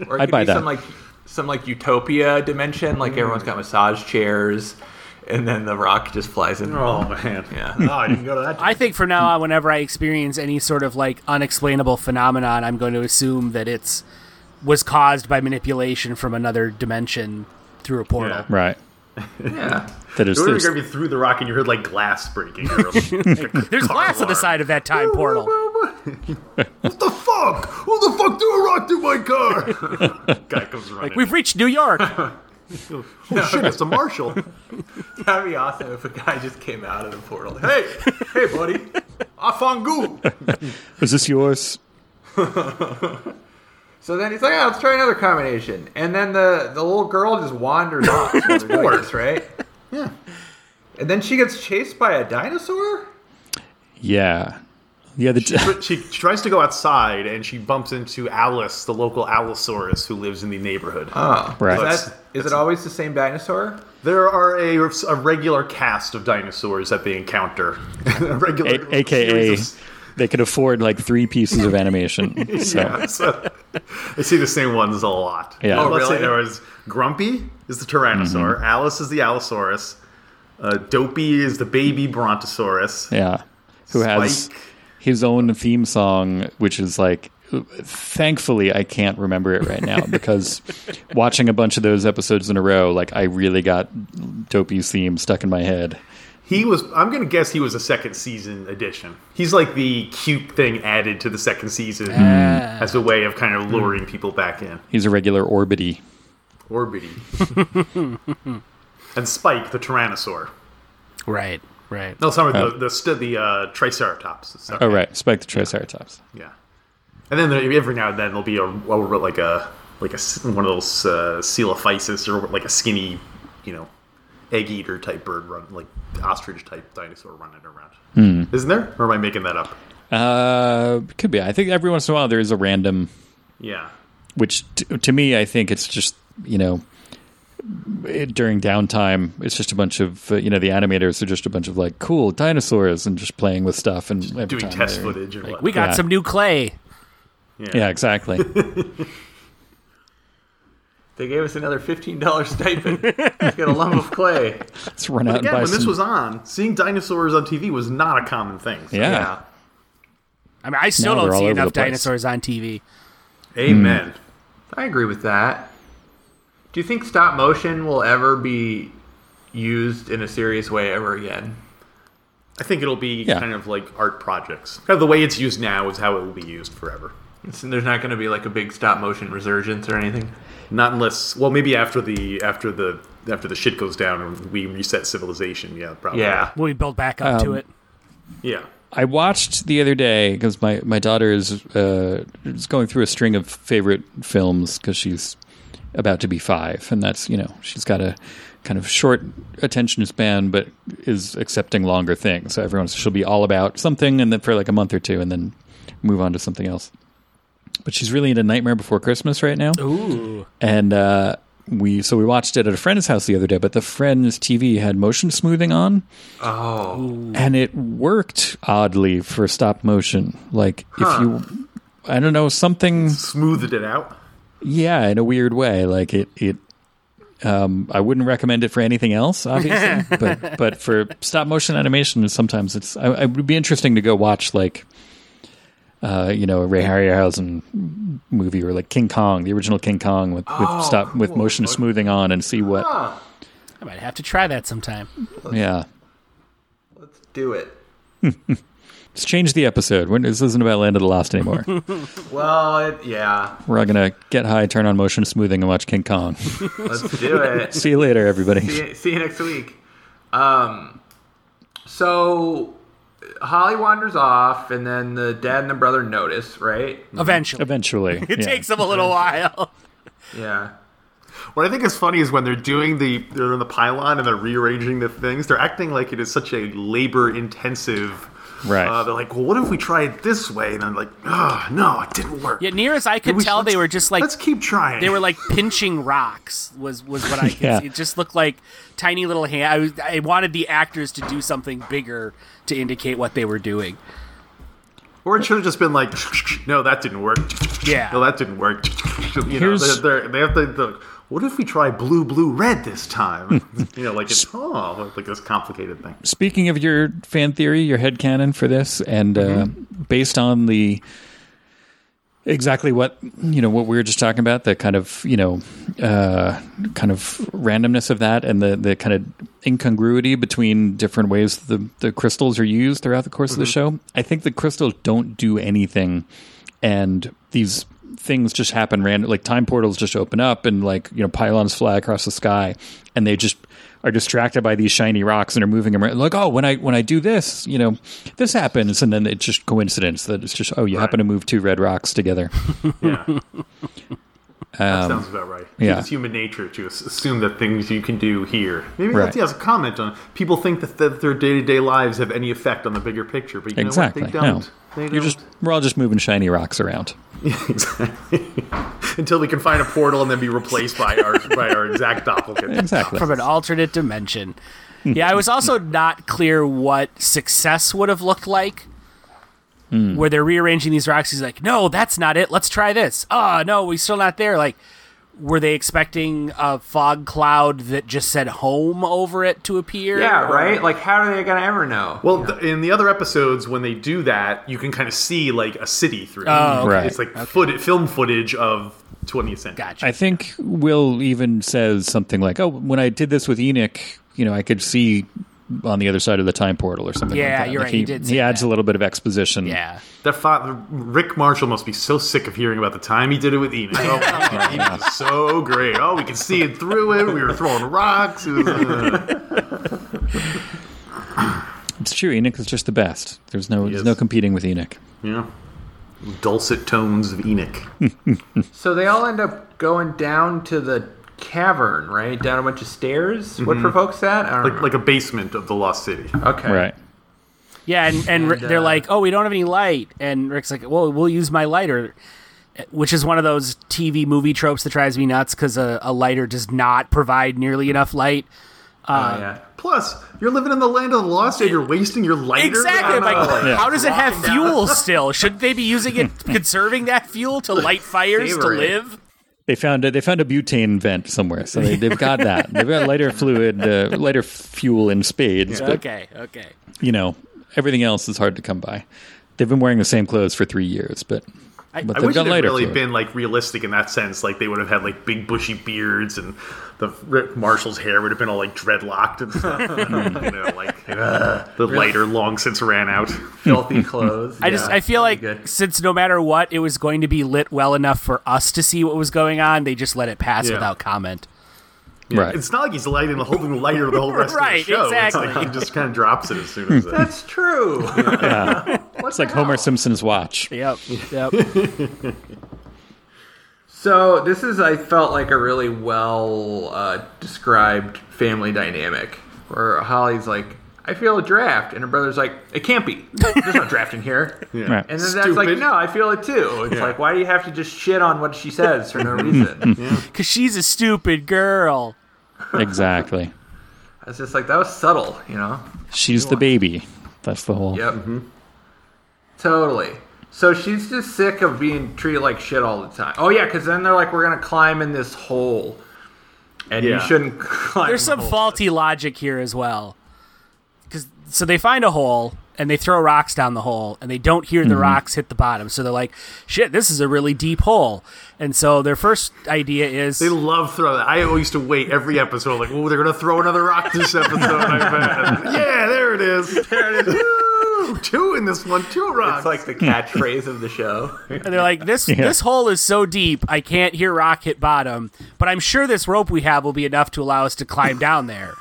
Speaker 3: Or it
Speaker 4: I'd
Speaker 3: could
Speaker 4: buy
Speaker 3: be
Speaker 4: that.
Speaker 3: some, like, some, like, utopia dimension. Like, everyone's got massage chairs and then the rock just flies in.
Speaker 1: Oh man,
Speaker 3: Yeah.
Speaker 1: Oh, I didn't go to that.
Speaker 5: I think from now on, whenever I experience any sort of like unexplainable phenomenon, I'm going to assume that it's was caused by manipulation from another dimension through a portal.
Speaker 1: Yeah.
Speaker 4: Right.
Speaker 3: Yeah.
Speaker 4: That is
Speaker 1: It would have
Speaker 4: there's-
Speaker 1: been great if you threw the rock and you heard like glass breaking.
Speaker 5: There's glass on the
Speaker 1: alarm.
Speaker 5: side of that time portal.
Speaker 1: what the fuck? Who the fuck threw a rock through my car? Guy comes running.
Speaker 5: We've reached New York.
Speaker 1: oh shit, it's a marshal.
Speaker 3: That'd be awesome if a guy just came out of the portal. Hey,
Speaker 1: hey,
Speaker 3: hey, buddy.
Speaker 1: Afangu.
Speaker 4: is this yours?
Speaker 3: So then he's like, oh, let's try another combination. And then the, the little girl just wanders off. It's bored, right? Yeah. And then she gets chased by a dinosaur?
Speaker 4: Yeah. Yeah. The,
Speaker 1: But she tries to go outside and she bumps into Alice, the local Allosaurus who lives in the neighborhood.
Speaker 4: right.
Speaker 3: Is, that, is it always the same dinosaur?
Speaker 1: There are a, a regular cast of dinosaurs that they encounter. a regular,
Speaker 4: A- AKA,
Speaker 1: series
Speaker 4: they could afford like three pieces of animation. So
Speaker 1: of- so, I see the same ones a lot.
Speaker 4: Yeah. Mm-hmm. Oh,
Speaker 1: let's
Speaker 3: really?
Speaker 1: say there was Grumpy is the Tyrannosaur, Alice is the Allosaurus, uh, Dopey is the baby Brontosaurus.
Speaker 4: yeah, who has
Speaker 1: Spike.
Speaker 4: his own theme song, which is like. Thankfully, I can't remember it right now because watching a bunch of those episodes in a row, like I really got Dopey's theme stuck in my head.
Speaker 1: He was. I'm gonna guess he was a second season addition. He's like the cute thing added to the second season
Speaker 4: Mm.
Speaker 5: Uh,
Speaker 1: as a way of kind of
Speaker 4: Hmm.
Speaker 1: luring people back in.
Speaker 4: He's a regular Orbity.
Speaker 1: Orbity. and Spike, the Tyrannosaur.
Speaker 5: right, right.
Speaker 1: No, sorry, the the st- the uh, Triceratops. Sorry.
Speaker 4: Oh, right, Spike the Triceratops.
Speaker 1: Yeah. And then there, every now and then there'll be a, a- like a like a s- one of those uh, coelophysis or like a skinny, you know, egg eater type bird run like ostrich type dinosaur running around.
Speaker 4: Hmm.
Speaker 1: Isn't there? Or am I making that up?
Speaker 4: Uh, could be. I think every once in a while there is a random,
Speaker 1: Yeah.
Speaker 4: which t- to me, I think it's just you know, it, during downtime, it's just a bunch of uh, you know the animators are just a bunch of like cool dinosaurs and just playing with stuff and every
Speaker 1: Doing
Speaker 4: time
Speaker 1: test
Speaker 4: they're-
Speaker 1: footage and what.
Speaker 5: We got
Speaker 4: Yeah.
Speaker 5: some new clay.
Speaker 4: Yeah, exactly.
Speaker 3: They gave us another $15 stipend. Let's get a lump of clay.
Speaker 4: Let's run out and
Speaker 1: Again,
Speaker 4: buy
Speaker 1: when
Speaker 4: some.
Speaker 1: this was on, seeing dinosaurs on TV was not a common thing. So.
Speaker 4: yeah.
Speaker 3: Yeah.
Speaker 5: I mean, I still
Speaker 4: Now they're
Speaker 5: don't
Speaker 4: all
Speaker 5: see
Speaker 4: over
Speaker 5: enough
Speaker 4: the place.
Speaker 5: dinosaurs on TV.
Speaker 4: Hmm.
Speaker 1: Amen.
Speaker 3: I agree with that. Do you think stop motion will ever be used in a serious way ever again?
Speaker 1: I think it'll be
Speaker 4: Yeah.
Speaker 1: kind of like art projects. Kind of the way it's used now is how it will be used forever.
Speaker 3: It's, there's not going to be like a big stop motion resurgence or anything.
Speaker 1: Not unless, well, maybe after the after the after the shit goes down and we reset civilization. Yeah, probably.
Speaker 3: Yeah.
Speaker 5: Will we build back up
Speaker 4: Um,
Speaker 5: to it?
Speaker 1: yeah.
Speaker 4: I watched the other day because my my daughter is uh, is going through a string of favorite films because she's about to be five, and that's you know she's got a kind of short attention span, but is accepting longer things. So everyone she'll be all about something, and then for like a month or two, and then move on to something else. But she's really into Nightmare Before Christmas right now
Speaker 5: Ooh,
Speaker 4: and uh, we so we watched it at a friend's house the other day. But the friend's TV had motion smoothing on. Oh, and it worked oddly for stop motion. Like if you, I don't know, something.
Speaker 1: Smoothed it out.
Speaker 4: Yeah, in a weird way. Like it, it. Um, I wouldn't recommend it for anything else, obviously, but but for stop motion animation, sometimes it's. I, it would be interesting to go watch like, uh, you know, a Ray Harryhausen movie or like King Kong, the original King Kong with, with stop with motion smoothing on and see what.
Speaker 5: I might have to try that sometime.
Speaker 4: Mm-hmm. Yeah,
Speaker 3: Let's do it.
Speaker 4: let's change the episode. We're, this isn't about Land of the Lost anymore.
Speaker 3: Well, it, yeah.
Speaker 4: We're gonna get high, turn on motion smoothing, and watch King Kong.
Speaker 3: Let's do it.
Speaker 4: see you later, everybody.
Speaker 3: see, see you next week. Um, so Holly wanders off, and then the dad and the brother notice, right?
Speaker 5: Eventually,
Speaker 4: Eventually,
Speaker 5: it
Speaker 4: yeah.
Speaker 5: takes them a little while.
Speaker 3: Yeah.
Speaker 1: What I think is funny is when they're doing the they're in the pylon and they're rearranging the things. They're acting like it is such a labor intensive.
Speaker 4: Right.
Speaker 1: Uh, they're like, well, what if we try it this way? And I'm like, oh, no, it didn't work.
Speaker 5: Yeah, near as I could
Speaker 1: We should-
Speaker 5: tell, they
Speaker 1: let's-
Speaker 5: were just like
Speaker 1: let's keep trying.
Speaker 5: they were like pinching rocks. Was was what I could
Speaker 4: Yeah.
Speaker 5: see. It just looked like tiny little hand. I, was, I wanted the actors to do something bigger to indicate what they were doing.
Speaker 1: or it should have just been like, no, that didn't work.
Speaker 5: Yeah.
Speaker 1: no, that didn't work. you know,
Speaker 4: Here's-
Speaker 1: they're, they're, they have to. the- what if we try blue, blue, red this time? you know, like it's oh, like this complicated thing.
Speaker 4: Speaking of your fan theory, your headcanon for this, and uh, based on the exactly what you know what we were just talking about, the kind of you know uh, kind of randomness of that, and the the kind of incongruity between different ways the the crystals are used throughout the course of the show. I think the crystals don't do anything, and these things just happen random like time portals just open up and like you know pylons fly across the sky and they just are distracted by these shiny rocks and are moving around like oh when i when i do this you know this happens and then it's just coincidence that it's just oh you happen to move two red rocks together
Speaker 1: Yeah. that sounds about right. I think
Speaker 4: Um, yeah.
Speaker 1: It's human nature to as- assume that things you can do here. Maybe
Speaker 4: Right.
Speaker 1: that's yeah, it's a comment on people think that, that their day to day lives have any effect on the bigger picture, but you
Speaker 4: exactly
Speaker 1: know what? They
Speaker 4: no
Speaker 1: don't. They don't.
Speaker 4: you're just we're all just moving shiny rocks around
Speaker 1: exactly. Until we can find a portal and then be replaced by our by our exact doppelganger.
Speaker 4: exactly
Speaker 5: from an alternate dimension. Yeah, I was also not clear what success would have looked like. Where they're rearranging these rocks, he's like, "No, that's not it. Let's try this." Oh no, we still not there. Like, were they expecting a fog cloud that just said "home" over it to appear?
Speaker 3: Yeah,
Speaker 5: Or-
Speaker 3: right? Like, how are they going to ever know?
Speaker 1: Well, th- in the other episodes, when they do that, you can kind of see like a city through.
Speaker 5: Oh, okay.
Speaker 4: Right.
Speaker 1: It's like foot- film footage of 20th century.
Speaker 5: Gotcha.
Speaker 4: I think Will even says something like, "Oh, when I did this with Enoch, you know, I could see on the other side of the time portal or something."
Speaker 5: Yeah,
Speaker 4: like that.
Speaker 5: you're
Speaker 4: Like,
Speaker 5: right, he did say
Speaker 4: He adds
Speaker 5: that.
Speaker 4: a little bit of exposition.
Speaker 5: yeah.
Speaker 1: That father, Rick Marshall must be so sick of hearing about the time he did it with Enoch. Oh, God, Enoch was so great. Oh, we could see it through it. We were throwing rocks. It was, uh,
Speaker 4: it's true. Enoch is just the best. There's no, there's
Speaker 1: is.
Speaker 4: no competing with Enoch.
Speaker 1: yeah. Dulcet tones of Enoch.
Speaker 3: So they all end up going down to the cavern, right? Down a bunch of stairs? What provokes that? I don't
Speaker 1: Mm-hmm. Like, like a basement of the Lost City.
Speaker 3: know. Okay.
Speaker 4: Right.
Speaker 5: Yeah, and, and, Rick- they're
Speaker 3: uh,
Speaker 5: like, "Oh, we don't have any light," and Rick's like, "Well, we'll use my lighter," which is one of those TV movie tropes that drives me nuts because a, a lighter does not provide nearly enough light.
Speaker 3: Oh, yeah.
Speaker 1: Plus, you're living in the land of the lost and you're wasting your lighter.
Speaker 5: Exactly.
Speaker 1: on,
Speaker 5: Like,
Speaker 1: uh,
Speaker 4: Yeah.
Speaker 5: how does it have fuel still? Shouldn't they be using it, conserving that fuel to light fires to
Speaker 3: Savor it.
Speaker 5: live?
Speaker 4: They found a, they found a butane vent somewhere, so they, they've got that. They've got lighter fluid, uh, lighter fuel in spades, but
Speaker 5: Okay, okay.
Speaker 4: you know everything else is hard to come by. They've been wearing the same clothes for three years, but but
Speaker 1: I
Speaker 4: they've
Speaker 1: wish it
Speaker 4: got
Speaker 1: had
Speaker 4: lighter
Speaker 1: really
Speaker 4: fluid.
Speaker 1: been like realistic in that sense. Like they would have had like big bushy beards, and the Rick Marshall's hair would have been all like dreadlocked and stuff. you know, like uh, the lighter long since ran out.
Speaker 3: Filthy clothes.
Speaker 5: I just I feel like since no matter what, it was going to be lit well enough for us to see what was going on. They just let it pass
Speaker 1: Yeah.
Speaker 5: without comment.
Speaker 4: right.
Speaker 1: It's not like he's lighting the holding the lighter the whole rest
Speaker 5: Right,
Speaker 1: of the show.
Speaker 5: exactly.
Speaker 1: It's like he just kind of drops it as soon as. uh, It.
Speaker 3: That's true.
Speaker 4: it's like Homer Simpson's watch.
Speaker 5: Yep. Yep.
Speaker 3: So this is, I felt like a really well uh, described family dynamic where Holly's like, I feel a draft, and her brother's like, it can't be. There's no draft in here.
Speaker 4: Right.
Speaker 3: And then that's like,
Speaker 1: Stupid.
Speaker 3: no, I feel it too. It's like, why do you have to just shit on what she says for no reason?
Speaker 5: Cause she's a stupid girl.
Speaker 4: Exactly.
Speaker 3: I was just like, that was subtle, you know?
Speaker 4: She's the baby. That's the whole.
Speaker 3: Yep.
Speaker 1: Mm-hmm.
Speaker 3: Totally. So she's just sick of being treated like shit all the time. Oh yeah, because then they're like, we're gonna climb in this hole, and
Speaker 1: Yeah.
Speaker 3: you shouldn't climb.
Speaker 5: There's
Speaker 3: the
Speaker 5: some
Speaker 3: hole.
Speaker 5: faulty logic here as well. Cause so they find a hole and they throw rocks down the hole and they don't hear the rocks hit the bottom. So they're like, shit, this is a really deep hole. And so their first idea is
Speaker 1: They love throwing. I always used to wait every episode. Like, oh, they're gonna throw another rock this episode. I bet. Yeah, there it is. There it is. Woo! Two in this one. Two rocks.
Speaker 3: It's like the
Speaker 4: Hmm.
Speaker 3: catchphrase of the show.
Speaker 5: And they're like, this this hole is so deep, I can't hear rock hit bottom, but I'm sure this rope we have will be enough to allow us to climb down there.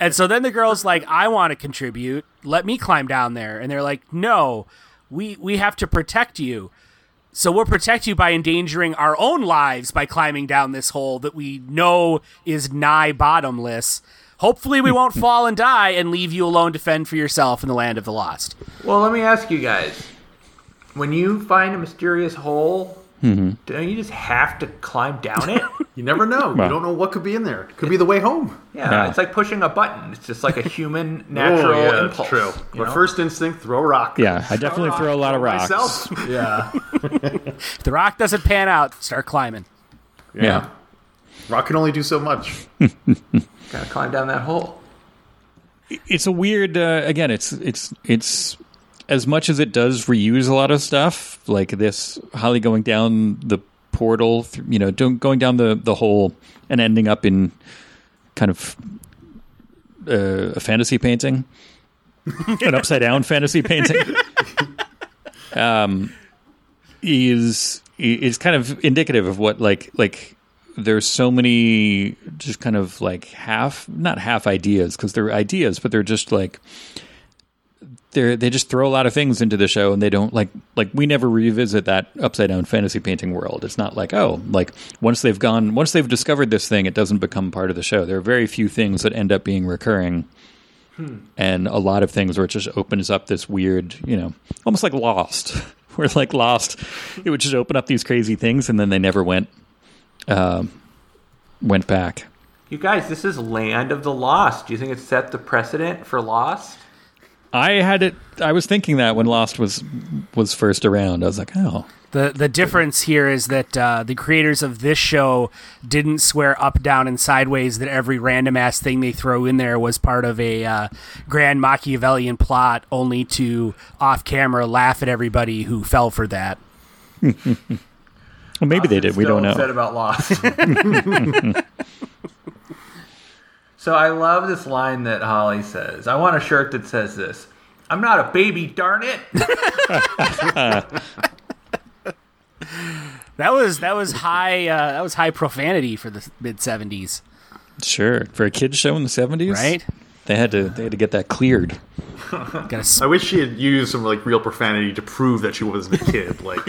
Speaker 5: And so then the girl's like, I want to contribute. Let me climb down there. And they're like, No, we we have to protect you. So we'll protect you by endangering our own lives by climbing down this hole that we know is nigh bottomless. Hopefully we won't fall and die and leave you alone to fend for yourself in the land of the lost.
Speaker 3: Well, let me ask you guys: when you find a mysterious hole,
Speaker 4: Mm-hmm.
Speaker 3: don't you just have to climb down it?
Speaker 1: You never know. You
Speaker 4: Well.
Speaker 1: don't know what could be in there. Could be the way home.
Speaker 3: yeah,
Speaker 4: Yeah.
Speaker 3: it's like pushing a button. It's just like a human natural
Speaker 1: oh, yeah,
Speaker 3: impulse.
Speaker 1: That's true.
Speaker 3: you
Speaker 1: My
Speaker 3: know?
Speaker 1: first instinct: throw a rock.
Speaker 4: Yeah, I definitely throw a lot of rocks.
Speaker 1: Myself.
Speaker 3: yeah,
Speaker 5: If the rock doesn't pan out, start climbing.
Speaker 4: Yeah.
Speaker 1: Rock can only do so much.
Speaker 3: gotta climb down that hole.
Speaker 4: It's a weird. Uh, again, it's it's it's as much as it does reuse a lot of stuff, like this Holly going down the portal, th- you know, don't, going down the the hole and ending up in kind of uh, a fantasy painting, an upside down fantasy painting. Um, is is kind of indicative of what like like there's so many just kind of like half not half ideas because they're ideas but they're just like they they just throw a lot of things into the show and they don't like like we never revisit that upside down fantasy painting world it's not like oh like once they've gone once they've discovered this thing it doesn't become part of the show there are very few things that end up being recurring and a lot of things where it just opens up this weird, you know, almost like Lost, where like Lost, it would just open up these crazy things, and then they never went, um went back.
Speaker 3: You guys, this is Land of the Lost. Do you think it set the precedent for Lost?
Speaker 4: I had it. I was thinking that when Lost was was first around, I was like, oh,
Speaker 5: The the difference here is that uh, the creators of this show didn't swear up, down, and sideways that every random ass thing they throw in there was part of a uh, grand Machiavellian plot, only to off camera laugh at everybody who fell for that.
Speaker 4: well, maybe they did. We
Speaker 3: Still
Speaker 4: don't
Speaker 3: Upset
Speaker 4: know.
Speaker 3: about Lost. so I love this line that Holly says. I want a shirt that says this. I'm not a baby, darn it.
Speaker 5: That was that was high uh, that was high profanity for the mid seventies,
Speaker 4: Sure, for a kids show in the seventies,
Speaker 5: right?
Speaker 4: They had to they had to get that cleared.
Speaker 5: Got a
Speaker 1: I wish she had used some like real profanity to prove that she wasn't a kid. Like,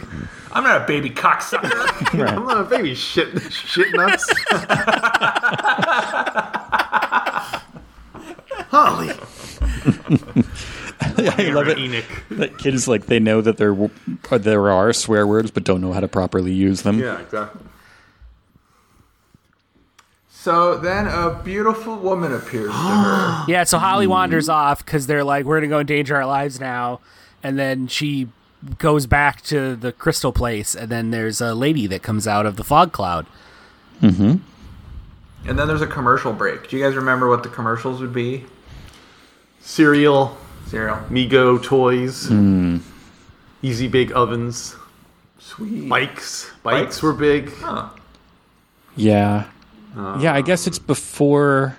Speaker 3: I'm not a baby cocksucker.
Speaker 1: I'm not a baby. Shit, shit nuts. Holly,
Speaker 4: I love it.
Speaker 1: Enoch.
Speaker 4: That kids like they know that there w- there are swear words, but don't know how to properly use them.
Speaker 1: Yeah, exactly.
Speaker 3: so then a beautiful woman appears to her.
Speaker 5: Yeah, so Holly wanders off because they're like, we're going to go endanger our lives now. And then she goes back to the crystal place, and then there's a lady that comes out of the fog cloud.
Speaker 3: And then there's a commercial break. Do you guys remember what the commercials would be?
Speaker 1: Cereal,
Speaker 3: Cereal.
Speaker 1: Mego toys,
Speaker 4: Hmm.
Speaker 1: Easy Bake ovens,
Speaker 3: Sweet.
Speaker 1: bikes. Bikes,
Speaker 3: Bikes?
Speaker 1: were big.
Speaker 3: Huh.
Speaker 4: Yeah. yeah, I guess it's before.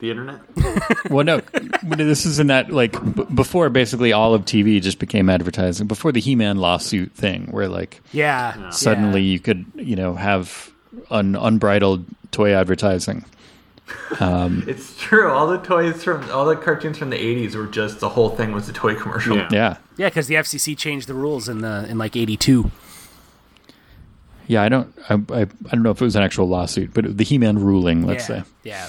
Speaker 1: The internet.
Speaker 4: Well, no, this is in that like b- before basically all of TV just became advertising. Before the He-Man lawsuit thing, where like
Speaker 5: Yeah.
Speaker 4: suddenly you could you know have an unbridled toy advertising.
Speaker 3: It's true. All the toys from all the cartoons from the 80s were just the whole thing was a toy commercial.
Speaker 4: Yeah,
Speaker 5: Yeah, because the FCC changed the rules in the in like 82.
Speaker 4: yeah. I don't, I, I, I don't know if it was an actual lawsuit, but the He-Man ruling, let's
Speaker 5: yeah.
Speaker 4: say.
Speaker 5: Yeah.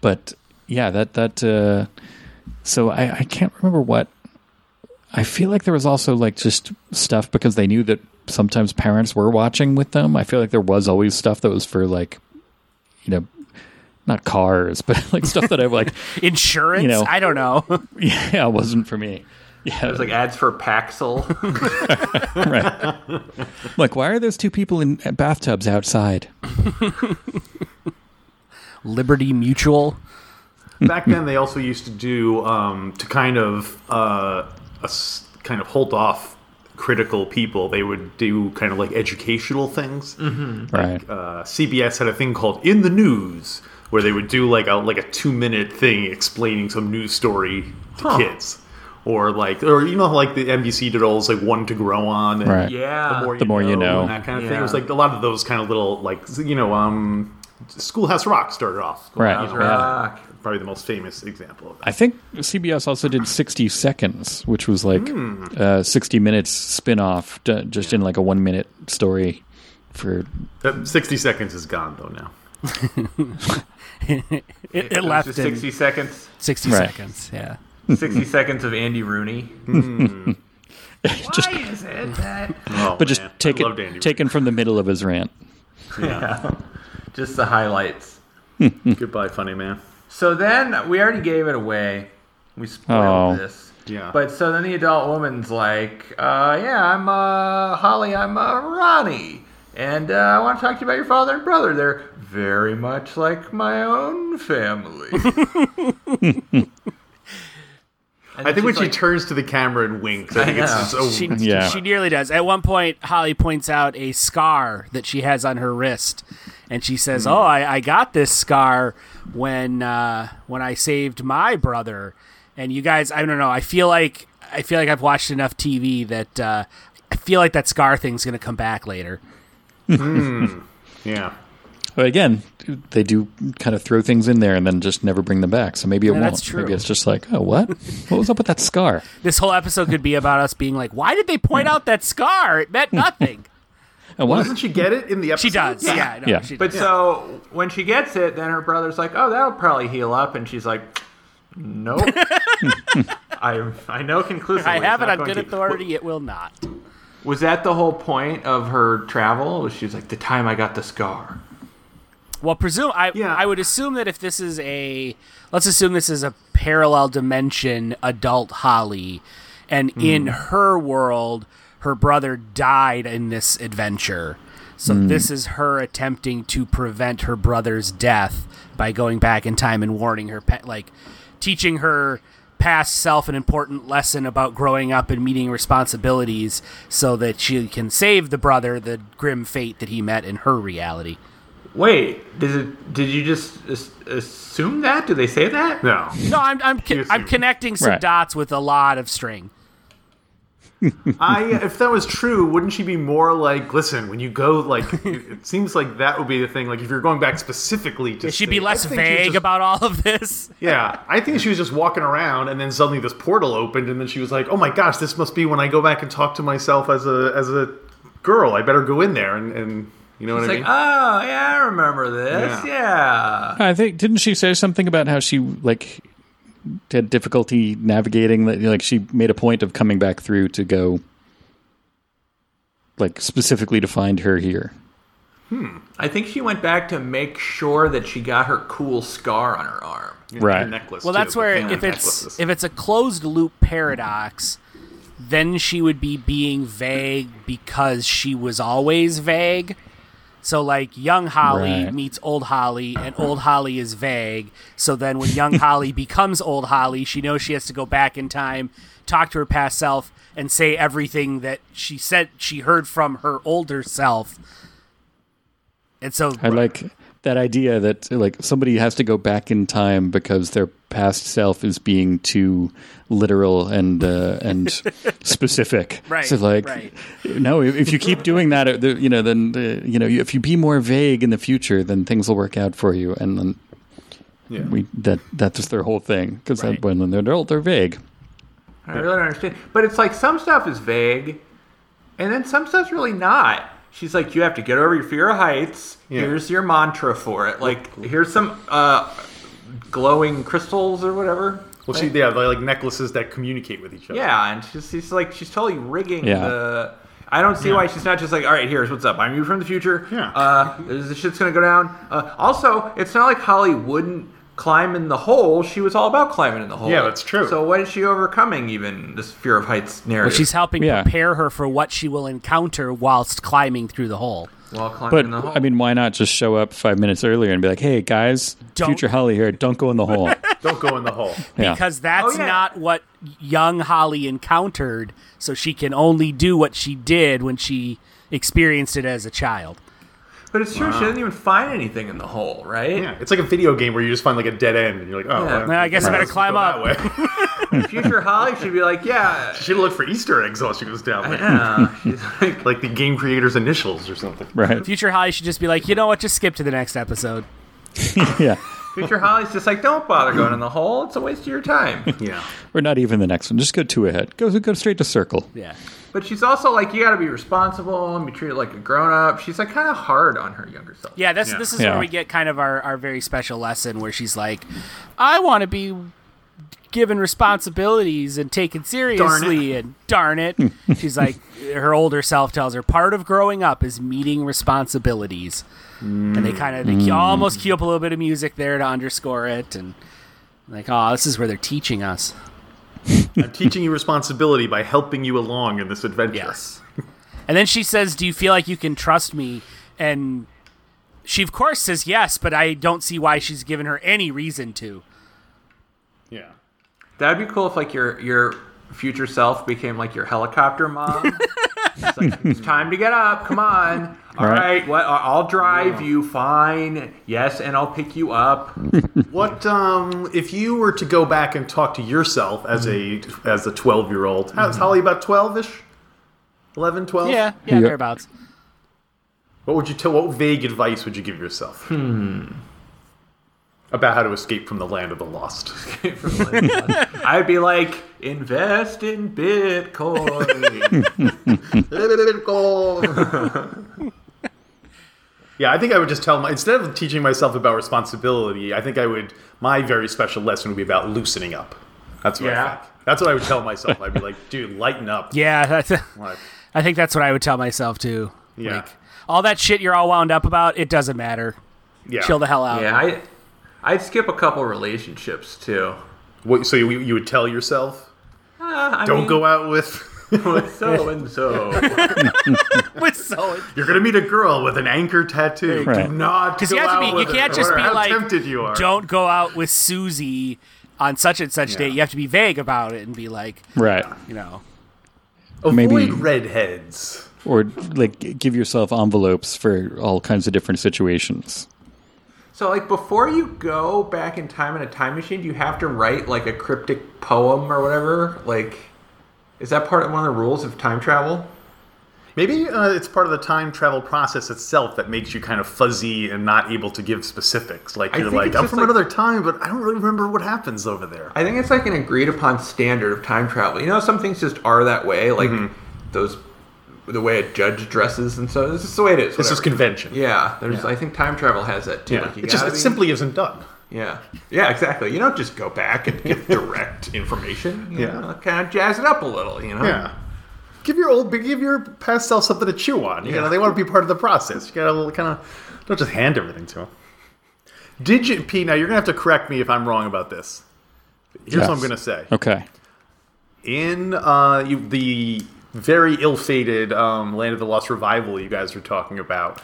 Speaker 4: But yeah, that that. Uh, so I, I can't remember what. I feel like there was also like just stuff because they knew that sometimes parents were watching with them. I feel like there was always stuff that was for like, you know, not cars, but like stuff that I like.
Speaker 5: Insurance?
Speaker 4: You know.
Speaker 5: I don't know.
Speaker 4: Yeah, it wasn't for me. Yeah,
Speaker 3: There's like ads for Paxil.
Speaker 4: right. like, why are those two people in bathtubs outside?
Speaker 5: Liberty Mutual.
Speaker 1: back then they also used to do um, to kind of uh, us- kind of hold off critical people they would do kind of like educational things
Speaker 4: Right.
Speaker 1: uh, cbs had a thing called in the news where they would do like a like a two minute thing explaining some news story to kids or like or you know like the nbc did all those like one to grow on and
Speaker 4: Right.
Speaker 3: yeah.
Speaker 1: the more you,
Speaker 4: more you
Speaker 1: know,
Speaker 4: know.
Speaker 1: and that kind of thing. It was
Speaker 3: Yeah.
Speaker 1: like a lot of those kind of little like you know um Schoolhouse Rock started off.
Speaker 4: Right. yeah.
Speaker 3: Rock.
Speaker 1: Probably the most famous example of that.
Speaker 4: I think CBS also did 60 Seconds, which was like
Speaker 1: Hmm.
Speaker 4: uh, 60 Minutes spin off, d- just in like a one minute story for
Speaker 1: That 60 seconds is gone, though, now.
Speaker 5: It,
Speaker 3: It
Speaker 5: it
Speaker 3: was
Speaker 5: left
Speaker 3: just
Speaker 5: in
Speaker 3: 60 seconds.
Speaker 5: 60
Speaker 4: Right.
Speaker 5: seconds. Yeah.
Speaker 3: 60 seconds of Andy Rooney. Hmm.
Speaker 4: Just-
Speaker 3: Why is it that?
Speaker 1: Oh,
Speaker 4: but just
Speaker 1: man.
Speaker 4: take
Speaker 1: I loved Andy
Speaker 4: it taken from the middle of his rant.
Speaker 3: Just the highlights.
Speaker 1: Rooney. Goodbye, funny man.
Speaker 3: So then we already gave it away. We spoiled
Speaker 4: Oh.
Speaker 3: this.
Speaker 1: Yeah.
Speaker 3: But so then the adult woman's like, uh, yeah, I'm uh, Holly, I'm uh, Ronnie. And uh, I want to talk to you about your father and brother. They're very much like my own family.
Speaker 1: I think when she turns to the camera and winks, I think it's
Speaker 3: know.
Speaker 1: just oh,
Speaker 5: She,
Speaker 4: Yeah.
Speaker 5: she nearly does. At one point, Holly points out a scar that she has on her wrist, and she says, "Oh, I, I got this scar when uh, when I saved my brother." And you guys, I don't know. I feel like I feel like I've watched enough TV that uh, I feel like that scar thing's going to come back later.
Speaker 1: yeah.
Speaker 4: But again, they do kind of throw things in there and then just never bring them back. So maybe it
Speaker 5: Yeah,
Speaker 4: won't.
Speaker 5: that's true.
Speaker 4: Maybe it's just like, oh, what? what was up with that scar?
Speaker 5: This whole episode could be about us being like, "Why did they
Speaker 3: Hmm.
Speaker 5: point out that scar? It meant nothing."
Speaker 4: Oh, what?
Speaker 1: Doesn't she get it in the episode?
Speaker 5: She does. Yeah, I know,
Speaker 4: Yeah.
Speaker 5: She
Speaker 3: But so when she gets it, then her brother's like, "Oh, that'll probably heal up," and she's like, "Nope." I I know conclusively.
Speaker 5: I
Speaker 3: it's
Speaker 5: have it
Speaker 3: not
Speaker 5: on
Speaker 3: going
Speaker 5: good
Speaker 3: to.
Speaker 5: authority. It will not.
Speaker 3: Was that the whole point of her travel? Was she's like, "The time I got the scar."
Speaker 5: Well, presume I
Speaker 1: Yeah.
Speaker 5: I would assume that if this is a let's assume this is a parallel dimension adult Holly, and in her world, her brother died in this adventure. So this is her attempting to prevent her brother's death by going back in time and warning her pet, like teaching her past self an important lesson about growing up and meeting responsibilities so that she can save the brother the grim fate that he met in her reality.
Speaker 3: Wait, did it, did you just as- assume that? Do they say that?
Speaker 1: No.
Speaker 5: No, I'm I'm, con- I'm
Speaker 1: assume.
Speaker 5: connecting some
Speaker 4: Right.
Speaker 5: dots with a lot of string.
Speaker 1: I if that was true, wouldn't she be more like, listen, when you go like it, it seems like that would be the thing, like if you're going back specifically to
Speaker 5: She'd
Speaker 1: say,
Speaker 5: be
Speaker 1: I
Speaker 5: less
Speaker 1: think she was
Speaker 5: vague
Speaker 1: just-
Speaker 5: about all of this.
Speaker 1: Yeah. I think she was just walking around and then suddenly this portal opened and then she was like, Oh my gosh, this must be when I go back and talk to myself as a as a girl. I better go in there and, and you know
Speaker 3: It's
Speaker 1: what I
Speaker 3: like,
Speaker 1: mean?
Speaker 3: oh yeah, I remember this.
Speaker 1: Yeah.
Speaker 3: Yeah.
Speaker 4: I think didn't she say something about how she like had difficulty navigating? Like like, she made a point of coming back through to go, like specifically to find her here.
Speaker 3: I think she went back to make sure that she got her cool scar on her arm.
Speaker 1: The
Speaker 4: Right.
Speaker 1: necklace.
Speaker 5: Well,
Speaker 1: too,
Speaker 5: that's
Speaker 1: the
Speaker 5: where
Speaker 1: family
Speaker 5: if it's
Speaker 1: necklaces.
Speaker 5: if it's a closed loop paradox, then she would be being vague because she was always vague. So like young Holly
Speaker 4: Right.
Speaker 5: meets old Holly and old Holly is vague. So then when young Holly becomes old Holly, she knows she has to go back in time, talk to her past self and say everything that she said she heard from her older self. And so
Speaker 4: I like that idea that like somebody has to go back in time because their past self is being too literal and uh, and specific.
Speaker 5: Right,
Speaker 4: So like,
Speaker 5: right.
Speaker 4: no, if if you keep doing that, it- you know, then uh, you know, if you be more vague in the future, then things will work out for you. And then
Speaker 1: Yeah.
Speaker 4: we that that's just their whole thing because
Speaker 5: Right.
Speaker 4: when they're adult, they're vague.
Speaker 3: I really don't understand. But it's like some stuff is vague, and then some stuff's really not. She's like, you have to get over your fear of heights.
Speaker 1: Yeah.
Speaker 3: Here's your mantra for it. Like, here's some uh, glowing crystals or whatever.
Speaker 1: Well she yeah, they like necklaces that communicate with each other.
Speaker 3: Yeah, and she's, she's like, she's totally rigging
Speaker 4: Yeah.
Speaker 3: the. I don't see why she's not just like, all right, here's what's up. I'm you from the future.
Speaker 1: Yeah.
Speaker 3: Uh, this shit's gonna go down. Uh, also, it's not like Holly wouldn't climb in the hole. She was all about climbing in the hole.
Speaker 1: Yeah, that's true.
Speaker 3: So what is she overcoming? Even this fear of heights narrative.
Speaker 5: But she's helping
Speaker 4: Yeah.
Speaker 5: prepare her for what she will encounter whilst climbing through the hole.
Speaker 3: while climbing
Speaker 4: But
Speaker 3: in the hole.
Speaker 4: I mean, why not just show up five minutes earlier and be like, "Hey guys,
Speaker 5: Don't-
Speaker 4: future Holly here, don't go in the hole."
Speaker 1: Don't go in the hole.
Speaker 4: Yeah.
Speaker 5: Because that's
Speaker 3: Oh, yeah.
Speaker 5: not what young Holly encountered, so she can only do what she did when she experienced it as a child.
Speaker 3: But it's true. She doesn't even find anything in the hole, right?
Speaker 1: Yeah, it's like a video game where you just find like a dead end, and you're like, oh,
Speaker 3: Yeah.
Speaker 1: well,
Speaker 5: Nah, I guess I
Speaker 1: let's
Speaker 5: better
Speaker 1: go
Speaker 5: climb
Speaker 1: that
Speaker 5: up.
Speaker 1: way.
Speaker 3: Future Holly should be like, yeah,
Speaker 1: she looked for Easter eggs while she was down there,
Speaker 3: yeah. She's like,
Speaker 1: like the game creator's initials or something.
Speaker 4: Right.
Speaker 5: Future Holly should just be like, you know what? Just skip to the next episode.
Speaker 4: yeah.
Speaker 3: Future Holly's just like, don't bother going in the hole. It's a waste of your time.
Speaker 1: Yeah,
Speaker 4: Or not even the next one. Just go two ahead. Go go straight to circle.
Speaker 5: Yeah.
Speaker 3: But she's also like, you got to be responsible and be treated like a grown up. She's like kind of hard on her younger self.
Speaker 5: Yeah, that's
Speaker 1: Yeah.
Speaker 5: this is
Speaker 4: Yeah.
Speaker 5: where we get kind of our, our very special lesson where she's like, I want to be given responsibilities and taken seriously and darn it. she's like her older self tells her part of growing up is meeting responsibilities. And they kind of they cue- almost cue up a little bit of music there to underscore it and like, oh, this is where they're teaching us.
Speaker 1: I'm teaching you responsibility by helping you along in this adventure.
Speaker 5: Yes. and then she says, "Do you feel like you can trust me?" And she, of course, says yes, but I don't see why she's given her any reason to.
Speaker 1: Yeah.
Speaker 3: That'd be cool if like your your future self became like your helicopter mom. It's like, it's time to get up. Come on. All
Speaker 4: Right.
Speaker 3: right. What? I- I'll drive you. Fine. Yes, and I'll pick you up.
Speaker 1: What um, if you were to go back and talk to yourself as a as a 12 year old? How's Holly about 12 ish? 11, 12?
Speaker 5: Yeah, yeah,
Speaker 4: Yeah.
Speaker 5: thereabouts.
Speaker 1: What would you tell? What vague advice would you give yourself? Hmm. About how to escape from the land of the lost.
Speaker 3: I'd be like, invest in Bitcoin.
Speaker 1: yeah, I think I would just tell my instead of teaching myself about responsibility, I think I would my very special lesson would be about loosening up. That's what I
Speaker 3: Yeah.
Speaker 1: think. That's what I would tell myself. I'd be like, dude, lighten up.
Speaker 5: Yeah, that's,
Speaker 1: Like,
Speaker 5: I think that's what I would tell myself too.
Speaker 1: yeah.
Speaker 5: Like all that shit you're all wound up about, it doesn't matter.
Speaker 1: yeah.
Speaker 5: Chill the hell out.
Speaker 3: yeah, I I'd skip a couple relationships too.
Speaker 1: What, so you, you would tell yourself,
Speaker 5: Uh,
Speaker 3: Ah, I
Speaker 1: don't
Speaker 3: mean,
Speaker 1: go out with.
Speaker 3: with so and so.
Speaker 5: With so
Speaker 1: You're gonna meet a girl with an anchor tattoo.
Speaker 4: Right.
Speaker 1: Do not
Speaker 5: you
Speaker 1: go
Speaker 5: have to
Speaker 1: out
Speaker 5: be- you
Speaker 1: with
Speaker 5: can't
Speaker 1: her,
Speaker 5: just
Speaker 1: no
Speaker 5: be
Speaker 1: matter how
Speaker 5: like,
Speaker 1: tempted you are.
Speaker 5: don't go out with Susie on such and such date.
Speaker 1: Yeah.
Speaker 5: You have to be vague about it and be like,
Speaker 4: Right.
Speaker 5: you know,
Speaker 1: avoid
Speaker 4: maybe-
Speaker 1: redheads.
Speaker 4: Or like g- give yourself envelopes for all kinds of different situations.
Speaker 3: So, like, before you go back in time in a time machine, do you have to write, like, a cryptic poem or whatever? Like, is that part of one of the rules of time travel?
Speaker 1: Maybe uh, it's part of the time travel process itself that makes you kind of fuzzy and not able to give specifics. Like
Speaker 3: I
Speaker 1: you're
Speaker 3: think
Speaker 1: like,
Speaker 3: it's
Speaker 1: I'm
Speaker 3: just
Speaker 1: from
Speaker 3: like-
Speaker 1: another time, but I don't really remember what happens over there.
Speaker 3: I think it's, like, an agreed upon standard of time travel. You know, some things just are that way, like,
Speaker 1: Mm-hmm.
Speaker 3: those, the way a judge dresses and so. This is the way it is.
Speaker 1: This is
Speaker 3: whatever.
Speaker 1: convention.
Speaker 3: Yeah, there's, I think time travel has that, too.
Speaker 1: Yeah.
Speaker 3: Like, you
Speaker 1: It just
Speaker 3: gotta
Speaker 1: it
Speaker 3: be-
Speaker 1: simply isn't done.
Speaker 3: Yeah. Yeah, exactly. You don't just go back and get direct information. You
Speaker 1: Yeah.
Speaker 3: Know, kind of jazz it up a little, you know?
Speaker 1: Yeah. Give your old, give your past self something to chew on. You know,
Speaker 3: Yeah.
Speaker 1: they want to be part of the process. You gotta kind of don't just hand everything to them. Did you, Pete? Now you're gonna have to correct me if I'm wrong about this. Here's what I'm
Speaker 4: Yes.
Speaker 1: gonna say.
Speaker 4: Okay.
Speaker 1: In uh, you, the very ill-fated um, Land of the Lost revival you guys were talking about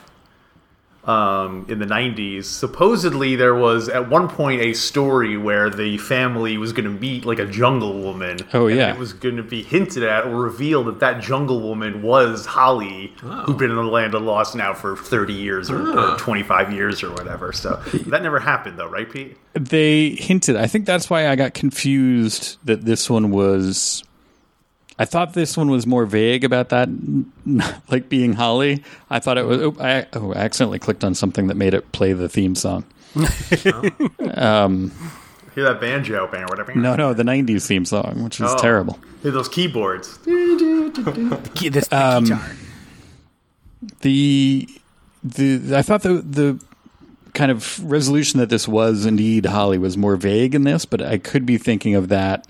Speaker 1: um, in the 90s, supposedly there was at one point a story where the family was going to meet like a jungle woman.
Speaker 4: Oh,
Speaker 1: and
Speaker 4: yeah.
Speaker 1: It was going to be hinted at or revealed that that jungle woman was Holly,
Speaker 4: Oh.
Speaker 1: who'd been in the Land of the Lost now for 30 years or, or 25 years or whatever. So that never happened, though, right, Pete?
Speaker 4: They hinted. I think that's why I got confused that this one was. I thought this one was more vague about that, like being Holly. I thought it was. Oh, I, oh, I accidentally clicked on something that made it play the theme song.
Speaker 1: Hear that banjo band or whatever?
Speaker 4: No, no, the '90s theme song, which is
Speaker 1: Oh.
Speaker 4: terrible.
Speaker 1: Hear those keyboards.
Speaker 5: "Ki- this the guitar.
Speaker 4: the the I thought the the kind of resolution that this was indeed Holly was more vague in this, but I could be thinking of that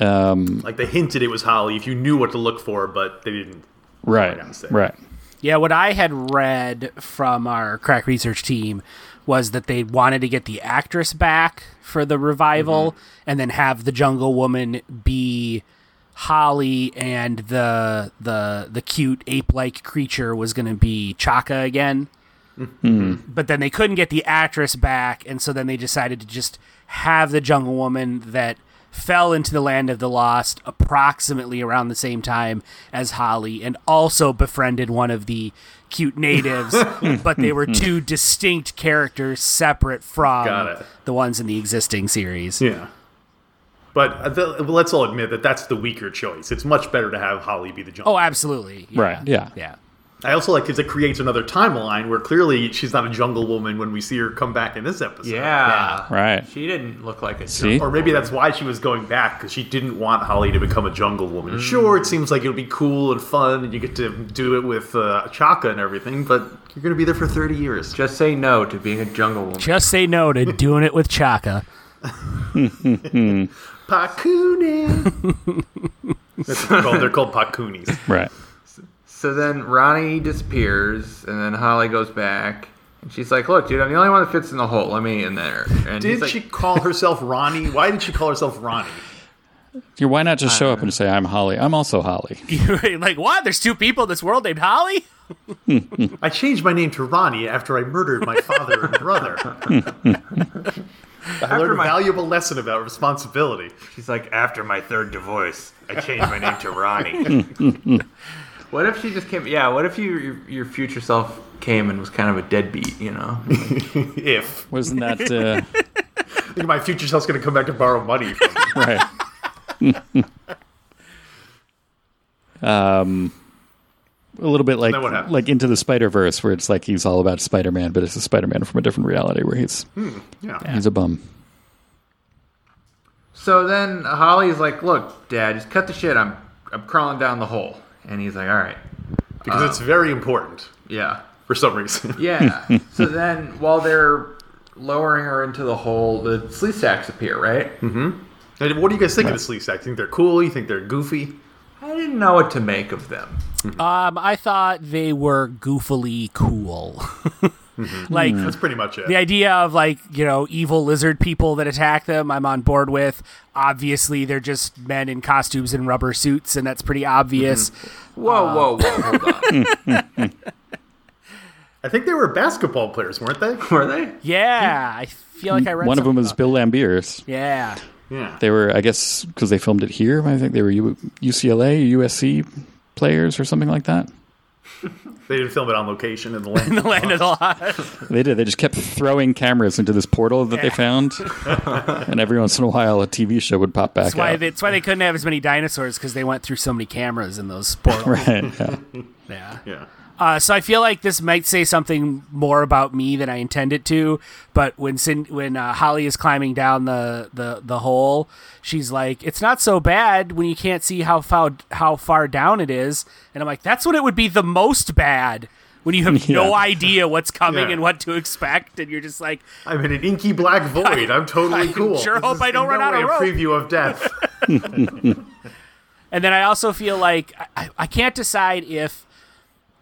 Speaker 1: Like they hinted it was Holly if you knew what to look for, but they didn't.
Speaker 4: right,
Speaker 1: Right.
Speaker 4: right,
Speaker 5: Yeah, what I had read from our crack research team was that they wanted to get the actress back for the revival and then have the jungle woman be Holly and the the the cute ape-like creature was going to be Chaka again. But then they couldn't get the actress back, and so then they decided to just have the Jungle Woman that fell into the land of the lost approximately around the same time as Holly and also befriended one of the cute natives but they were two distinct characters separate
Speaker 1: Got
Speaker 5: from
Speaker 1: it.
Speaker 5: the ones in the existing series.
Speaker 1: Yeah. But th- let's all admit that that's the weaker choice. It's much better to have Holly be the jungle.
Speaker 5: Oh, absolutely. Yeah.
Speaker 4: Right, yeah.
Speaker 5: Yeah.
Speaker 1: I also like because it creates another timeline where clearly she's not a jungle woman when we see her come back in this episode.
Speaker 3: Yeah.
Speaker 4: Right.
Speaker 3: She didn't look like a
Speaker 4: See?
Speaker 1: Or maybe that's why she was going back because she didn't want Holly to become a jungle woman.
Speaker 3: Mm.
Speaker 1: Sure, it seems like it would be cool and fun, and you get to do it with uh, Chaka and everything, but you're going to be there for 30 years.
Speaker 3: Just say no to being a jungle woman.
Speaker 5: Just say no to doing it with Chaka.
Speaker 1: Pakuni. that's what they're called. They're called Pakunis.
Speaker 4: Right.
Speaker 3: So then Ronnie disappears, and then Holly goes back, and she's like, "Look, dude, I'm the only one that fits in the hole. Let me in there." And he's
Speaker 1: Did
Speaker 3: like,
Speaker 1: she call herself Ronnie? Why did she call herself Ronnie?
Speaker 4: Yeah, Why not just show up and say, I'm Holly? I'm also Holly.
Speaker 5: You're like, what? There's two people in this world named Holly?
Speaker 1: I changed my name to Ronnie after I murdered my father and brother. I learned
Speaker 3: my-
Speaker 1: a valuable lesson about responsibility.
Speaker 3: She's like, "After my third divorce, I changed my name to Ronnie." what if she just came? Yeah. What if you, your your future self came and was kind of a deadbeat? You know?
Speaker 1: If
Speaker 4: Wasn't that. Uh,
Speaker 1: I think my future self's going to come back to borrow money from me.
Speaker 4: right. um, a little bit like
Speaker 1: Then what happens?
Speaker 4: like into the Spider Verse, where it's like he's all about Spider Man, but it's a Spider Man from a different reality where he's
Speaker 1: Hmm. Yeah.
Speaker 4: he's a bum.
Speaker 3: So then Holly's like, "Look, Dad, just cut the shit. I'm I'm crawling down the hole." And he's like, "All right,
Speaker 5: Ah.
Speaker 1: Because it's very important
Speaker 3: yeah."
Speaker 1: for some reason.
Speaker 3: Yeah. so then, while they're lowering her into the hole, the sleeve sacks appear, right?
Speaker 1: And what do you guys think of the sleeve sacks? You think they're cool? You think they're goofy?
Speaker 3: I didn't know what to make of them.
Speaker 5: Um, I thought they were goofily cool. like
Speaker 4: Hmm.
Speaker 1: That's pretty much it.
Speaker 5: the idea of like, you know, evil lizard people that attack them, I'm on board with. Obviously, they're just men in costumes and rubber suits, and that's pretty obvious.
Speaker 4: Mm-hmm.
Speaker 3: Whoa, whoa, whoa! Hold on.
Speaker 1: I think they were basketball players, weren't they?
Speaker 3: Were they?
Speaker 5: Yeah, I feel like I read
Speaker 4: One of them
Speaker 5: something
Speaker 4: is Bill Lambiers.
Speaker 5: about- Yeah.
Speaker 1: Yeah.
Speaker 4: They were, I guess, because they filmed it here. I think they were U- UCLA, USC players or something like that.
Speaker 1: They didn't film it on location in the land.
Speaker 5: The land of the lost.
Speaker 4: They did. They just kept throwing cameras into this portal that they found, and every once in a while, a TV show would pop back
Speaker 5: That's why,
Speaker 4: up.
Speaker 5: they, that's why they couldn't have as many dinosaurs because they went through so many cameras in those portals.
Speaker 4: Yeah.
Speaker 5: Yeah.
Speaker 1: yeah.
Speaker 5: Uh, so I feel like this might say something more about me than I intend it to. But when Sin- when uh, Holly is climbing down the, the, the hole, she's like, "It's not so bad when you can't see how far how far down it is." And I'm like, "That's when it would be the most bad when you have no
Speaker 4: Yeah.
Speaker 5: idea what's coming
Speaker 1: Yeah.
Speaker 5: and what to expect, and you're just like,
Speaker 1: I'm in an inky black void. I'm totally
Speaker 5: I
Speaker 1: cool.
Speaker 5: sure hope
Speaker 1: is
Speaker 5: I don't
Speaker 1: in
Speaker 5: run
Speaker 1: no
Speaker 5: out of
Speaker 1: way a
Speaker 5: rope.
Speaker 1: preview of death.
Speaker 5: And then I also feel like I- I, I can't decide if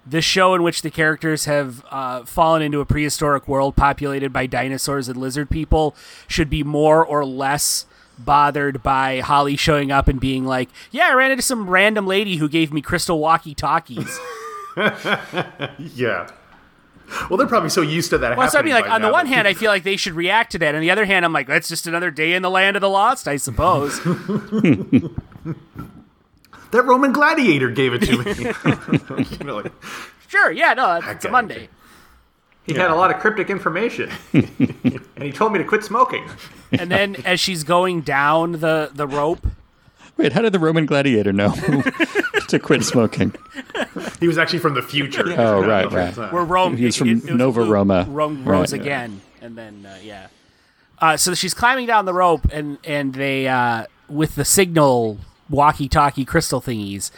Speaker 5: the show in which the characters have uh, fallen into a prehistoric world populated by dinosaurs and lizard people should be more or less bothered by Holly showing up and being like, "Yeah, I ran into some random lady who gave me crystal walkie-talkies."
Speaker 1: yeah. Well, they're probably so used to that.
Speaker 5: well, so I
Speaker 1: happening
Speaker 5: mean, like
Speaker 1: by
Speaker 5: on the
Speaker 1: now
Speaker 5: one
Speaker 1: that
Speaker 5: hand, I feel like they should react to that. On the other hand, I'm like, that's just another day in the land of the lost, I suppose.
Speaker 1: That Roman gladiator gave it to me. You know, like,
Speaker 5: sure, yeah, no, it's
Speaker 1: Okay,
Speaker 5: a Monday.
Speaker 3: He had a lot of cryptic information, and he told me to quit smoking.
Speaker 5: And then as she's going down the the rope.
Speaker 4: Wait, how did the Roman gladiator know to quit smoking?
Speaker 1: he was actually from the future.
Speaker 4: Oh, right, right.
Speaker 5: Where Rome.
Speaker 4: He was from Nova
Speaker 5: Rome-
Speaker 4: Roma.
Speaker 5: Rome rose
Speaker 4: Right.
Speaker 5: again, and then uh, yeah. Uh, so she's climbing down the rope, and and they uh, with the signal walkie-talkie crystal thingies.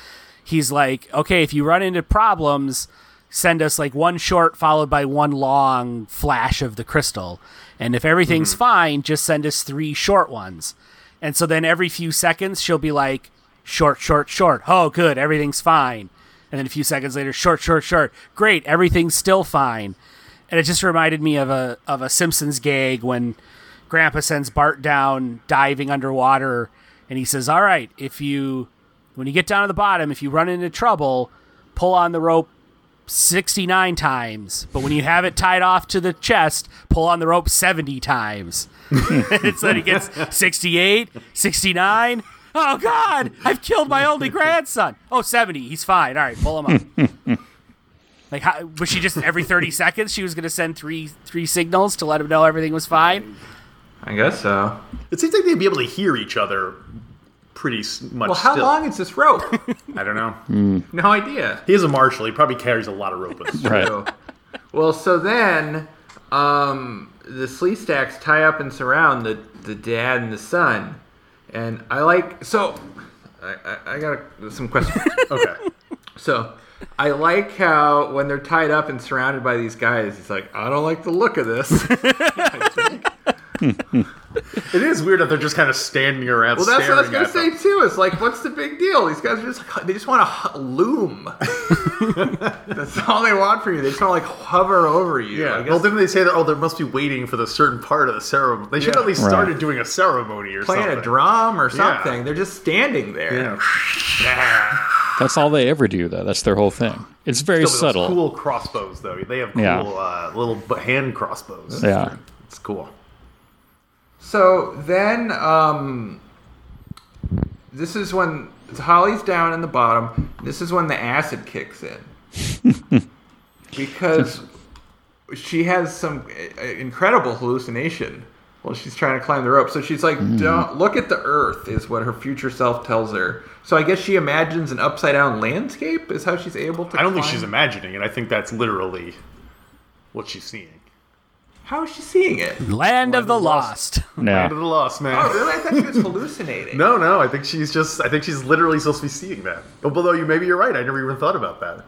Speaker 5: He's like, okay, if you run into problems, send us like one short followed by one long flash of the crystal, and if everything's fine, just send us three short ones. And so then every few seconds she'll be like, short, short, short. Oh, good, everything's fine. And then a few seconds later, short, short, short. Great, everything's still fine. And it just reminded me of a of a Simpsons gag when Grandpa sends Bart down diving underwater, and he says, "All right, if you when you get down to the bottom, if you run into trouble, pull on the rope 69 times, but when you have it tied off to the chest, pull on the rope 70 times. it's that he gets 68, 69. Oh, God, I've killed my only grandson. Oh, 70. He's fine. All right, pull him up. like, how, was she just every 30 seconds she was going to send three three signals to let him know everything was fine?
Speaker 3: I guess so.
Speaker 1: It seems like they'd be able to hear each other pretty s- much.
Speaker 3: Well, how
Speaker 1: still.
Speaker 3: long is this rope?
Speaker 1: I don't know.
Speaker 3: no idea.
Speaker 1: He is a marshal. He probably carries a lot of rope. With him.
Speaker 4: Right.
Speaker 3: So- well, so then um, the slee stacks tie up and surround the, the dad and the son. And I like. So I, I, I got a, some questions.
Speaker 1: okay.
Speaker 3: so I like how when they're tied up and surrounded by these guys, he's like, I don't like the look of this.
Speaker 1: It is weird that they're just kind of standing around.
Speaker 3: Well, that's what I was
Speaker 1: staring
Speaker 3: gonna
Speaker 1: at
Speaker 3: say
Speaker 1: them.
Speaker 3: too. It's like, what's the big deal? These guys are just like, they just want to loom. that's all they want from you. They just want to like hover over you.
Speaker 1: Yeah.
Speaker 3: I guess
Speaker 1: Well, didn't they say that? Oh, they must be waiting for the certain part of the ceremony. They should
Speaker 3: Yeah.
Speaker 1: at least
Speaker 4: Right.
Speaker 1: started doing a ceremony or
Speaker 3: playing
Speaker 1: something.
Speaker 3: a drum or
Speaker 1: Yeah.
Speaker 3: something. They're just standing there.
Speaker 1: Yeah.
Speaker 4: That's all they ever do, though. That's their whole thing. It's very
Speaker 1: Those
Speaker 4: subtle.
Speaker 1: Cool crossbows, though. They have cool
Speaker 4: Yeah.
Speaker 1: uh, little b- hand crossbows.
Speaker 4: Yeah.
Speaker 1: It's cool.
Speaker 3: So then, um, this is when Holly's down in the bottom. This is when the acid kicks in. because she has some uh, incredible hallucination while she's trying to climb the rope. So she's like,
Speaker 1: Mm-hmm.
Speaker 3: don't look at the earth, is what her future self tells her. So I guess she imagines an upside down landscape, is how she's able to
Speaker 1: I don't think
Speaker 3: climb-
Speaker 1: she's imagining it. I think that's literally what she's seeing.
Speaker 3: How is she seeing it?
Speaker 5: Land of the Lost.
Speaker 1: End of
Speaker 4: Yeah.
Speaker 1: the lost man.
Speaker 3: Oh, really? I thought she was hallucinating.
Speaker 1: No, no. I think she's just. I think she's literally supposed to be seeing that. Although you, maybe you're right. I never even thought about that.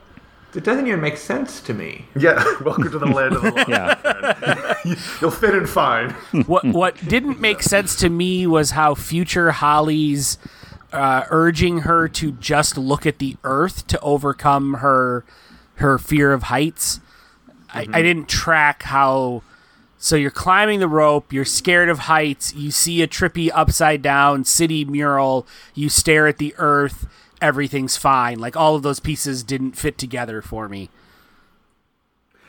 Speaker 3: It doesn't even make sense to me.
Speaker 1: Yeah. Welcome to the land of the lost.
Speaker 4: Yeah.
Speaker 1: You'll fit in fine.
Speaker 3: Hmm.
Speaker 5: what what didn't make sense to me was how future Holly's uh, urging her to just look at the Earth to overcome her her fear of heights.
Speaker 3: Mm-hmm.
Speaker 5: I, I didn't track how. So you're climbing the rope. You're scared of heights. You see a trippy upside down city mural. You stare at the Earth. Everything's fine. Like all of those pieces didn't fit together for me.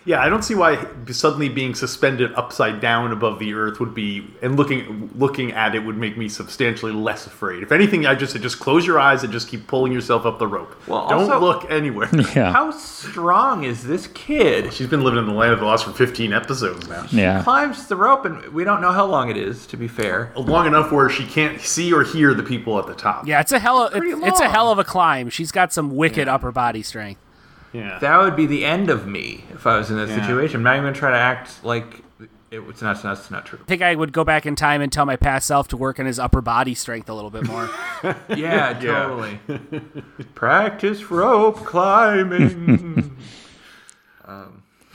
Speaker 1: Yeah, I don't see why suddenly being suspended upside down above the earth would be and looking looking at it would make me substantially less afraid. If anything, I just said just close your eyes and just keep pulling yourself up the rope.
Speaker 3: Well,
Speaker 1: don't
Speaker 3: also-
Speaker 1: look anywhere.
Speaker 4: Yeah.
Speaker 3: How strong is this kid?
Speaker 1: She's been living in the land of the lost for 15 episodes now.
Speaker 4: Yeah.
Speaker 3: Climbs the rope, and we don't know how long it is. To be fair,
Speaker 1: Long enough where she can't see or hear the people at the top.
Speaker 5: Yeah, it's a hell of,
Speaker 3: Pretty
Speaker 5: it's, it's a
Speaker 3: long.
Speaker 5: hell of a climb. She's got some wicked upper body strength.
Speaker 1: Yeah.
Speaker 3: that would be the end of me if I was in that
Speaker 1: Yeah.
Speaker 3: situation. I'm not even gonna try to act like it, it's not. It's not, it's not true.
Speaker 5: think I would go back in time and tell my past self to work on his upper body strength a little bit more.
Speaker 3: Yeah, totally. Practice rope climbing.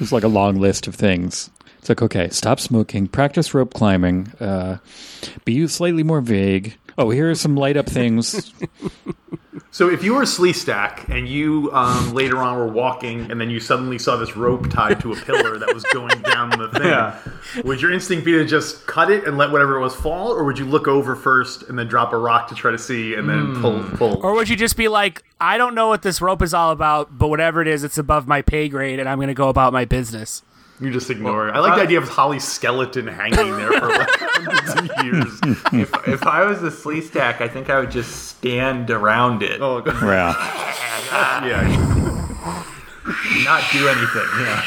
Speaker 4: It's like a long list of things. It's like, okay, stop smoking, practice rope climbing, uh, be slightly more vague. Oh, here are some light up things.
Speaker 1: So if you were Slee Stack and you um, later on were walking and then you suddenly saw this rope tied to a pillar that was going down the thing, would your instinct be to just cut it and let whatever it was fall, or would you look over first and then drop a rock to try to see and then
Speaker 5: Hmm.
Speaker 1: pull pull?
Speaker 5: or would you just be like, I don't know what this rope is all about, but whatever it is, it's above my pay grade and I'm going to go about my business.
Speaker 1: you just ignore it. I
Speaker 5: uh,
Speaker 1: like the idea of Holly's skeleton hanging there for like hundreds of years.
Speaker 3: if, if I was a slee stack, I think I would just stand around it,
Speaker 1: Oh god,
Speaker 4: yeah.
Speaker 1: yeah.
Speaker 3: not do anything. Yeah.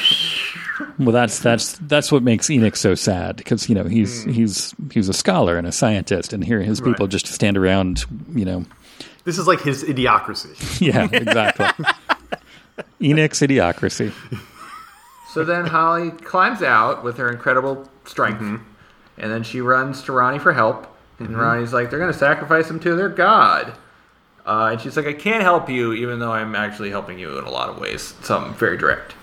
Speaker 4: Well, that's that's that's what makes Enoch so sad because you know he's he's he's a scholar and a scientist, and here his people just stand around, you know,
Speaker 1: This is like his idiocracy.
Speaker 4: Yeah, exactly. Enix idiocracy.
Speaker 3: So then Holly climbs out with her incredible strength, and then she runs to Ronnie for help. And Ronnie's like, "They're going to sacrifice him to their god," uh, and she's like, "I can't help you, even though I'm actually helping you in a lot of ways. Some very direct."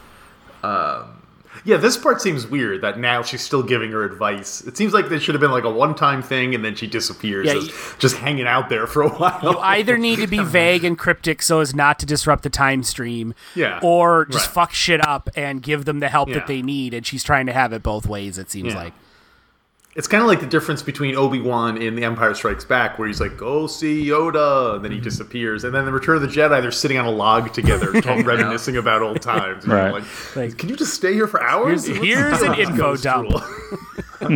Speaker 1: Yeah, this part seems weird that now she's still giving her advice. It seems like this should have been like a one time thing and then she disappears.
Speaker 5: Yeah,
Speaker 1: as-
Speaker 5: you-
Speaker 1: just hanging out there for a while.
Speaker 5: You either need to be vague and cryptic so as not to disrupt the time stream,
Speaker 1: Yeah.
Speaker 5: or just
Speaker 1: Right.
Speaker 5: fuck shit up and give them the help
Speaker 1: Yeah.
Speaker 5: that they need. And she's trying to have it both ways, it seems
Speaker 1: Yeah.
Speaker 5: like.
Speaker 1: It's kind of like the difference between Obi Wan in The Empire Strikes Back, where he's like, "Go see Yoda," and then he disappears, and then the Return of the Jedi, they're sitting on a log together, talking- reminiscing about old times. And
Speaker 4: Right.
Speaker 1: you're like, can you just stay here for hours?
Speaker 5: Here's- here's an info
Speaker 1: Ghost
Speaker 5: dump.
Speaker 1: rule.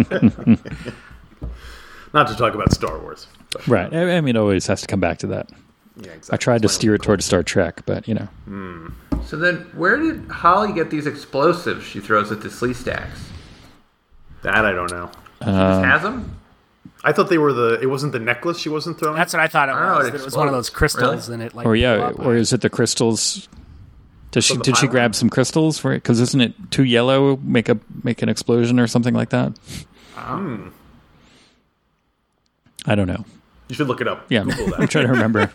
Speaker 1: Not to talk about Star Wars. but-
Speaker 4: Right. I, I mean, it always has to come back to that.
Speaker 1: yeah,
Speaker 4: I
Speaker 1: exactly.
Speaker 4: tried to
Speaker 1: That's
Speaker 4: steer it towards Star Trek, but you know,
Speaker 3: So then, where did Holly get these explosives she throws at the slee stacks?
Speaker 1: why- That I don't know.
Speaker 3: Just has them?
Speaker 1: I thought they were the. It wasn't the necklace she wasn't throwing.
Speaker 5: That's what I thought it
Speaker 3: know,
Speaker 5: was.
Speaker 3: it
Speaker 5: that it was one of those
Speaker 3: explodes. Really?
Speaker 5: crystals, and it like
Speaker 4: or Oh, yeah,
Speaker 5: blew up.
Speaker 4: or is it the crystals? Does she
Speaker 1: the
Speaker 4: did she
Speaker 1: pylon?
Speaker 4: grab some crystals for it? Because isn't it too yellow? Make a make an explosion or something like that.
Speaker 1: Um.
Speaker 4: I don't know.
Speaker 1: you should look it up.
Speaker 4: Yeah, I'm,
Speaker 1: Google
Speaker 4: I'm
Speaker 1: that.
Speaker 4: trying to remember.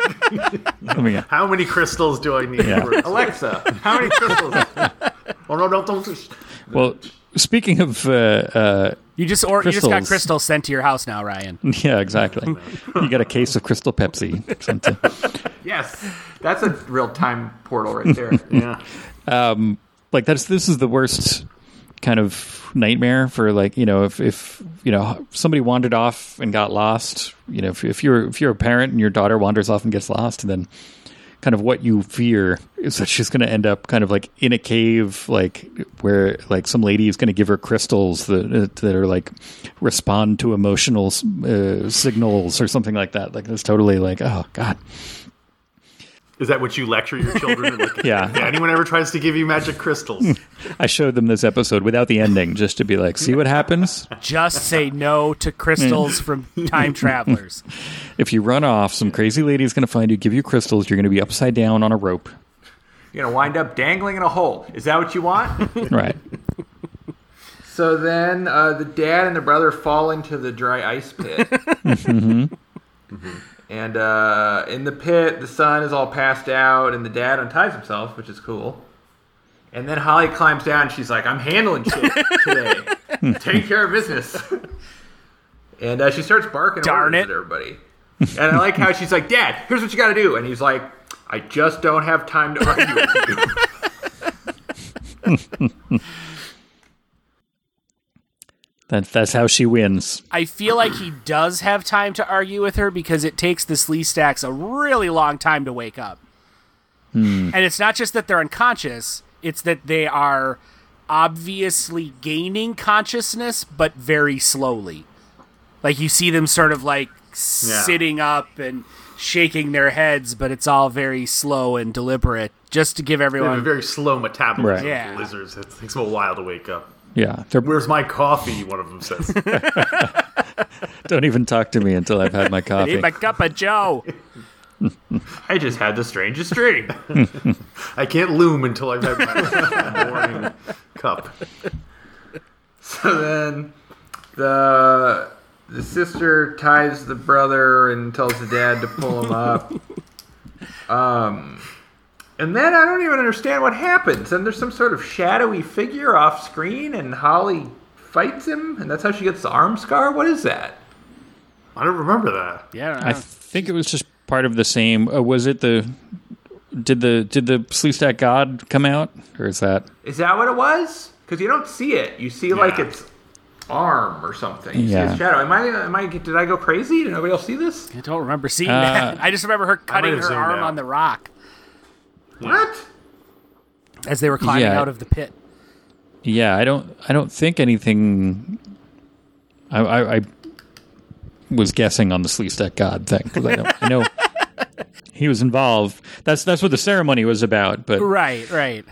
Speaker 4: Let me-
Speaker 1: How many crystals do I need?
Speaker 4: Yeah.
Speaker 1: for-
Speaker 3: Alexa,
Speaker 1: How many crystals? oh no, don't don't.
Speaker 4: well, speaking of, uh, uh,
Speaker 5: you just or you just got
Speaker 4: crystals.
Speaker 5: crystals sent to your house now, Ryan.
Speaker 4: yeah, exactly. You got a case of Crystal Pepsi. sent to-
Speaker 3: yes, that's a real time portal right there.
Speaker 1: Yeah.
Speaker 4: like that's this is the worst kind of nightmare for like you know if if you know somebody wandered off and got lost you know if, if you're if you're a parent and your daughter wanders off and gets lost and then kind of what you fear is that she's going to end up kind of like in a cave like where like some lady is going to give her crystals that uh, that are like respond to emotional uh, signals or something like that like it's totally like oh god
Speaker 1: Is that what you lecture your children? Like,
Speaker 4: Yeah.
Speaker 1: "If Anyone ever tries to give you magic
Speaker 3: Hmm.
Speaker 1: crystals?
Speaker 4: i showed them this episode without the ending just to be like see what happens
Speaker 5: Just say no to crystals from time travelers.
Speaker 4: If you run off, some crazy lady is going to find you, give you crystals. You're going to be upside down on a rope.
Speaker 3: You're gonna wind up dangling in a hole. Is that what you want?
Speaker 4: Right.
Speaker 3: so then, uh, the dad and the brother fall into the dry ice pit.
Speaker 5: Mm-hmm.
Speaker 3: Mm-hmm. And uh, in the pit, the son is all passed out, and the dad unties himself, which is cool. And then Holly climbs down. And she's like, "I'm handling shit today. Take care of business." and uh, she starts barking
Speaker 5: Darn
Speaker 3: orders
Speaker 5: it.
Speaker 3: at everybody. And I like how she's like, "Dad, here's what you got to do," and he's like, "I just don't have time to argue with you."
Speaker 4: That, that's how she wins.
Speaker 5: I feel like he does have time to argue with her because it takes the Slee Stacks a really long time to wake up.
Speaker 1: Hmm.
Speaker 5: And it's not just that they're unconscious, it's that they are obviously gaining consciousness, but very slowly. Like you see them sort of like sitting up and shaking their heads, but it's all very slow and deliberate just to give
Speaker 1: They have a
Speaker 5: everyone.
Speaker 1: very slow metabolism.
Speaker 4: Right.
Speaker 5: Yeah.
Speaker 1: Lizards. It takes them a while to wake up.
Speaker 4: Yeah. They're,
Speaker 1: Where's my coffee? One of them says.
Speaker 4: don't even talk to me until I've had my coffee.
Speaker 5: Need my cup of Joe.
Speaker 3: I just had the strangest dream.
Speaker 1: I can't loom until I've had my morning cup.
Speaker 3: So then the the sister ties the brother and tells the dad to pull him up. Um, and then I don't even understand what happens. And there's some sort of shadowy figure off screen, and Holly fights him, and that's how she gets the arm scar. What is that?
Speaker 1: I don't remember that.
Speaker 5: Yeah, I don't
Speaker 4: I
Speaker 5: know.
Speaker 4: think it was just part of the same. Uh, was it the. Did the did the Sleestack God come out, or is that
Speaker 3: Is that what it was? Because you don't see it. You see like
Speaker 1: Yeah.
Speaker 3: its arm or something. You see
Speaker 4: Yeah.
Speaker 3: its shadow. Am I? Am I? Did I go crazy? Did nobody else see this?
Speaker 5: I don't remember seeing that. I just remember her cutting
Speaker 1: have
Speaker 5: her
Speaker 1: zoomed
Speaker 5: arm
Speaker 1: out.
Speaker 5: on the rock.
Speaker 3: What?
Speaker 5: as they were climbing
Speaker 4: Yeah.
Speaker 5: out of the pit.
Speaker 4: Yeah, I don't. I don't think anything. I, I, I was guessing on the Sleestack God thing 'cause I, don't, I know he was involved. That's that's what the ceremony was about. But
Speaker 5: Right, right.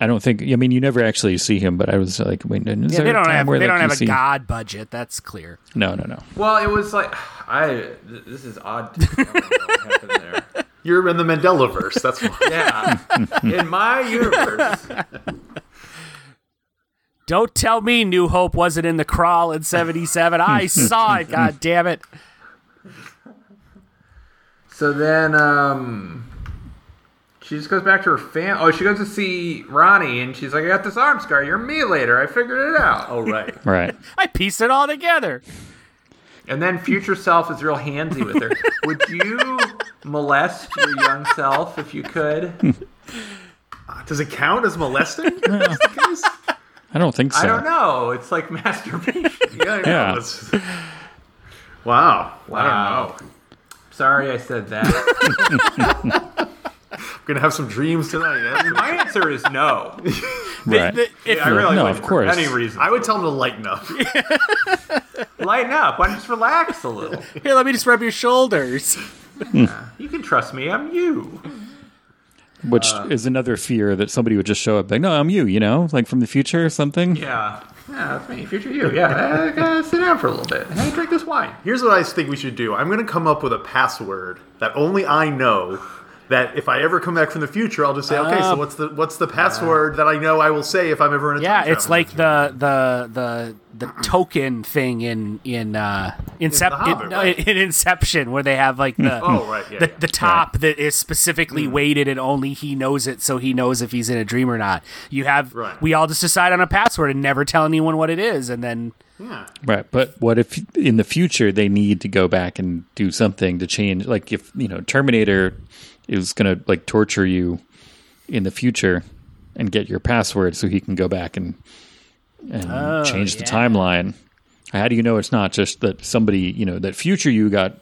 Speaker 4: I don't think. I mean, you never actually see him. But I was like, wait, is
Speaker 5: Yeah,
Speaker 4: there
Speaker 5: they
Speaker 4: a
Speaker 5: don't
Speaker 4: time
Speaker 5: have
Speaker 4: where,
Speaker 5: they
Speaker 4: like,
Speaker 5: don't
Speaker 4: you
Speaker 5: have a
Speaker 4: see-
Speaker 5: god budget. That's clear.
Speaker 4: No, no, no.
Speaker 3: Well, it was like I. th- This is odd. To I don't know what happened there.
Speaker 1: You're in the Mandelaverse. That's why.
Speaker 3: Yeah, in my universe,
Speaker 5: Don't tell me New Hope wasn't in the crawl in '77. I saw it. God damn it!
Speaker 3: So then, um, she just goes back to her fam. Oh, she goes to see Ronnie, and she's like, "I got this arm scar. You're me later. I figured it out."
Speaker 1: Oh right.
Speaker 4: Right.
Speaker 5: I pieced it all together.
Speaker 3: And then future self is real handsy with her. Would you molest your young self if you could?
Speaker 1: Does it count as molesting? That's the case?
Speaker 4: I don't think so.
Speaker 3: I don't know. It's like masturbation.
Speaker 1: yeah,
Speaker 4: Yeah.
Speaker 1: yeah. That's, wow.
Speaker 3: Wow. Sorry I said that.
Speaker 1: We're going to have some dreams tonight. That's-
Speaker 3: My answer is no.
Speaker 4: right.
Speaker 5: The- if-
Speaker 3: I really
Speaker 4: no,
Speaker 3: wouldn't
Speaker 4: of
Speaker 3: for
Speaker 4: course.
Speaker 3: any reason.
Speaker 1: I would tell him to lighten up.
Speaker 3: Lighten up. Why don't you just relax a little?
Speaker 5: here, let me just rub your shoulders.
Speaker 3: You can trust me. I'm you.
Speaker 4: Which
Speaker 5: uh,
Speaker 4: is another fear that somebody would just show up like, no, I'm you, you know, like from the future or something.
Speaker 3: Yeah. Yeah, that's me. Future you. Yeah. Uh, gotta sit down for a little bit. Hey, drink this wine.
Speaker 1: Here's what I think we should do. I'm going to come up with a password that only I know. That if I ever come back from the future, I'll just say, okay.
Speaker 5: Ah.
Speaker 1: so what's the what's the password that I know I will say if I'm ever in a
Speaker 5: Yeah,
Speaker 1: time
Speaker 5: it's
Speaker 1: travel
Speaker 5: like the the the the token thing in in uh Incep-
Speaker 1: Hobbit,
Speaker 5: in,
Speaker 1: right?
Speaker 5: in Inception where they have like the
Speaker 1: Oh, right, Mm. yeah,
Speaker 5: the,
Speaker 1: yeah.
Speaker 5: the top that is specifically weighted and only he knows it so he knows if he's in a dream or not. You have
Speaker 1: Right.
Speaker 5: we all just decide on a password and never tell anyone what it is and then
Speaker 4: Right. But what if in the future they need to go back and do something to change? Like if, you know, Terminator is going to like torture you in the future and get your password so he can go back and, and change the timeline. How do you know it's not just that somebody, you know, that future you got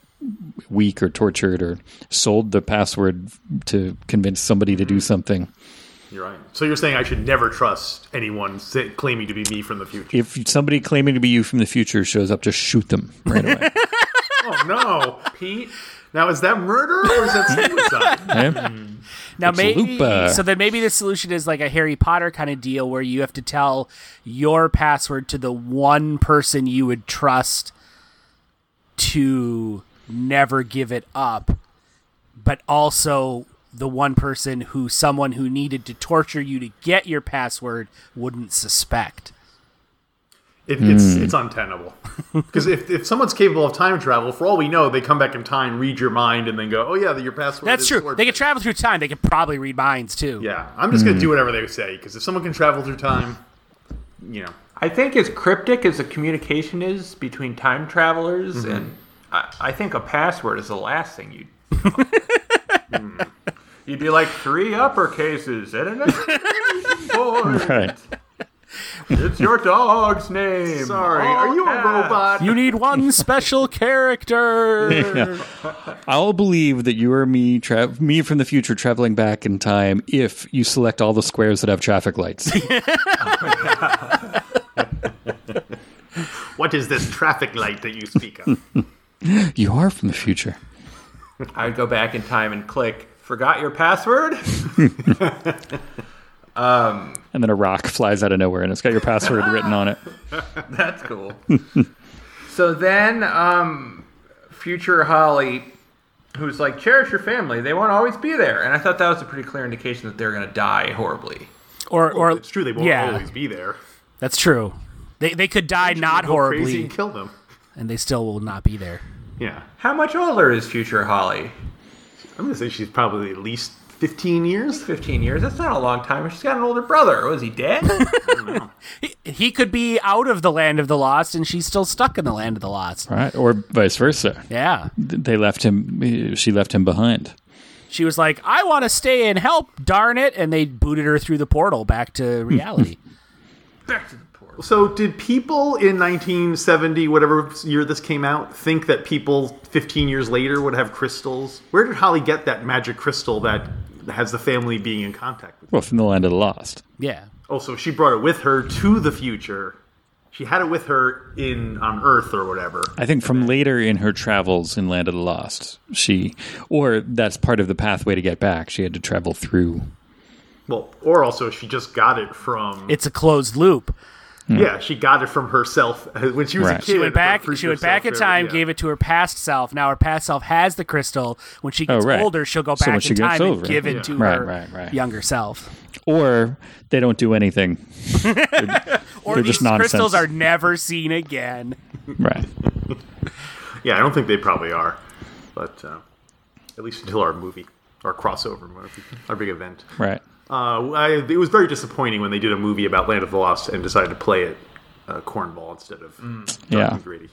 Speaker 4: weak or tortured or sold the password to convince somebody to do something?
Speaker 1: You're right. So you're saying I should never trust anyone say, claiming to be me from the future?
Speaker 4: If somebody claiming to be you from the future shows up, just shoot them right away.
Speaker 1: oh no, Pete. Now is that murder or is that suicide?
Speaker 4: Okay?
Speaker 5: Now maybe
Speaker 4: Chalupa.
Speaker 5: so then maybe the solution is like a Harry Potter kind of deal where you have to tell your password to the one person you would trust to never give it up, but also the one person who someone who needed to torture you to get your password wouldn't suspect.
Speaker 1: It, it's
Speaker 5: Hmm.
Speaker 1: it's untenable because if, if someone's capable of time travel, for all we know, they come back in time, read your mind, and then go, oh yeah, your password.
Speaker 5: That's
Speaker 1: is
Speaker 5: true.
Speaker 1: sword
Speaker 5: They could
Speaker 1: fish."
Speaker 5: travel through time. They could probably read minds too.
Speaker 1: Yeah, I'm just gonna do whatever they say because if someone can travel through time, you know,
Speaker 3: I think as cryptic as the communication is between time travelers, and I, I think a password is the last thing you'd. Hmm. You'd be like three uppercases and an exclamation point.
Speaker 4: Right.
Speaker 3: It's your dog's name.
Speaker 1: sorry, are you a robot?
Speaker 5: You need one special character.
Speaker 4: I'll believe that you are me, tra- me from the future, traveling back in time if you select all the squares that have traffic lights.
Speaker 1: what is this traffic light that you speak of?
Speaker 4: you are from the future.
Speaker 3: I'd go back in time and click. Forgot your password?
Speaker 4: And then a rock flies out of nowhere and it's got your password written on it.
Speaker 3: That's cool. so then, um, future Holly, who's like, cherish your family. They won't always be there. And I thought that was a pretty clear indication that they're going to die horribly.
Speaker 5: or or
Speaker 1: It's true they won't
Speaker 5: Yeah.
Speaker 1: always be there.
Speaker 5: That's true. They they could die not
Speaker 1: Go crazy
Speaker 5: horribly,
Speaker 1: and kill them.
Speaker 5: and they still will not be there.
Speaker 1: Yeah,
Speaker 3: How much older is future Holly?
Speaker 1: I'm gonna say she's probably at least 15 years.
Speaker 3: 15 years. That's not a long time. She's got an older brother. Was he dead?
Speaker 5: He, he could be out of the land of the lost, and she's still stuck in the land of the lost.
Speaker 4: Right? Or vice versa.
Speaker 5: Yeah,
Speaker 4: They left him, eh, she left him behind.
Speaker 5: she was like, "I want to stay and help, darn it!" And they booted her through the portal back to reality.
Speaker 3: Back to the portal.
Speaker 1: So, did people in 1970, whatever year this came out, think that people 15 years later would have crystals? Where did Holly get that magic crystal that has the family being in contact with?
Speaker 4: Well, from the land of the lost.
Speaker 5: yeah,
Speaker 1: Oh, so she brought it with her to the future. She had it with her in on Earth or whatever.
Speaker 4: I think from later in her travels in Land of the Lost, she, or that's part of the pathway to get back. She had to travel through.
Speaker 1: Well, or also she just got it from
Speaker 5: it's a closed loop.
Speaker 1: yeah, she got it from herself when she was a
Speaker 4: Right.
Speaker 1: kid.
Speaker 4: She
Speaker 5: She went back. She went back in time, gave
Speaker 1: it.
Speaker 5: it to her past self. Now her past self has the crystal. When she gets
Speaker 4: Oh, right.
Speaker 5: older, she'll go
Speaker 4: So when
Speaker 5: back
Speaker 4: she
Speaker 5: in
Speaker 4: gets
Speaker 5: time
Speaker 4: over
Speaker 5: and
Speaker 4: it.
Speaker 5: give it
Speaker 1: Yeah.
Speaker 5: to
Speaker 4: Right,
Speaker 5: her
Speaker 4: right, right.
Speaker 5: younger self.
Speaker 4: Or they don't do anything.
Speaker 5: Or
Speaker 4: They're
Speaker 5: these
Speaker 4: just nonsense.
Speaker 5: crystals are never seen again.
Speaker 4: Right.
Speaker 1: Yeah, I don't think they probably are, but uh, at least until our movie, our crossover movie, our big event.
Speaker 4: Right.
Speaker 1: Uh, I, it was very disappointing when they did a movie about Land of the Lost and decided to play it uh, cornball instead of
Speaker 5: Mm.
Speaker 1: dark
Speaker 4: Yeah.
Speaker 1: and gritty.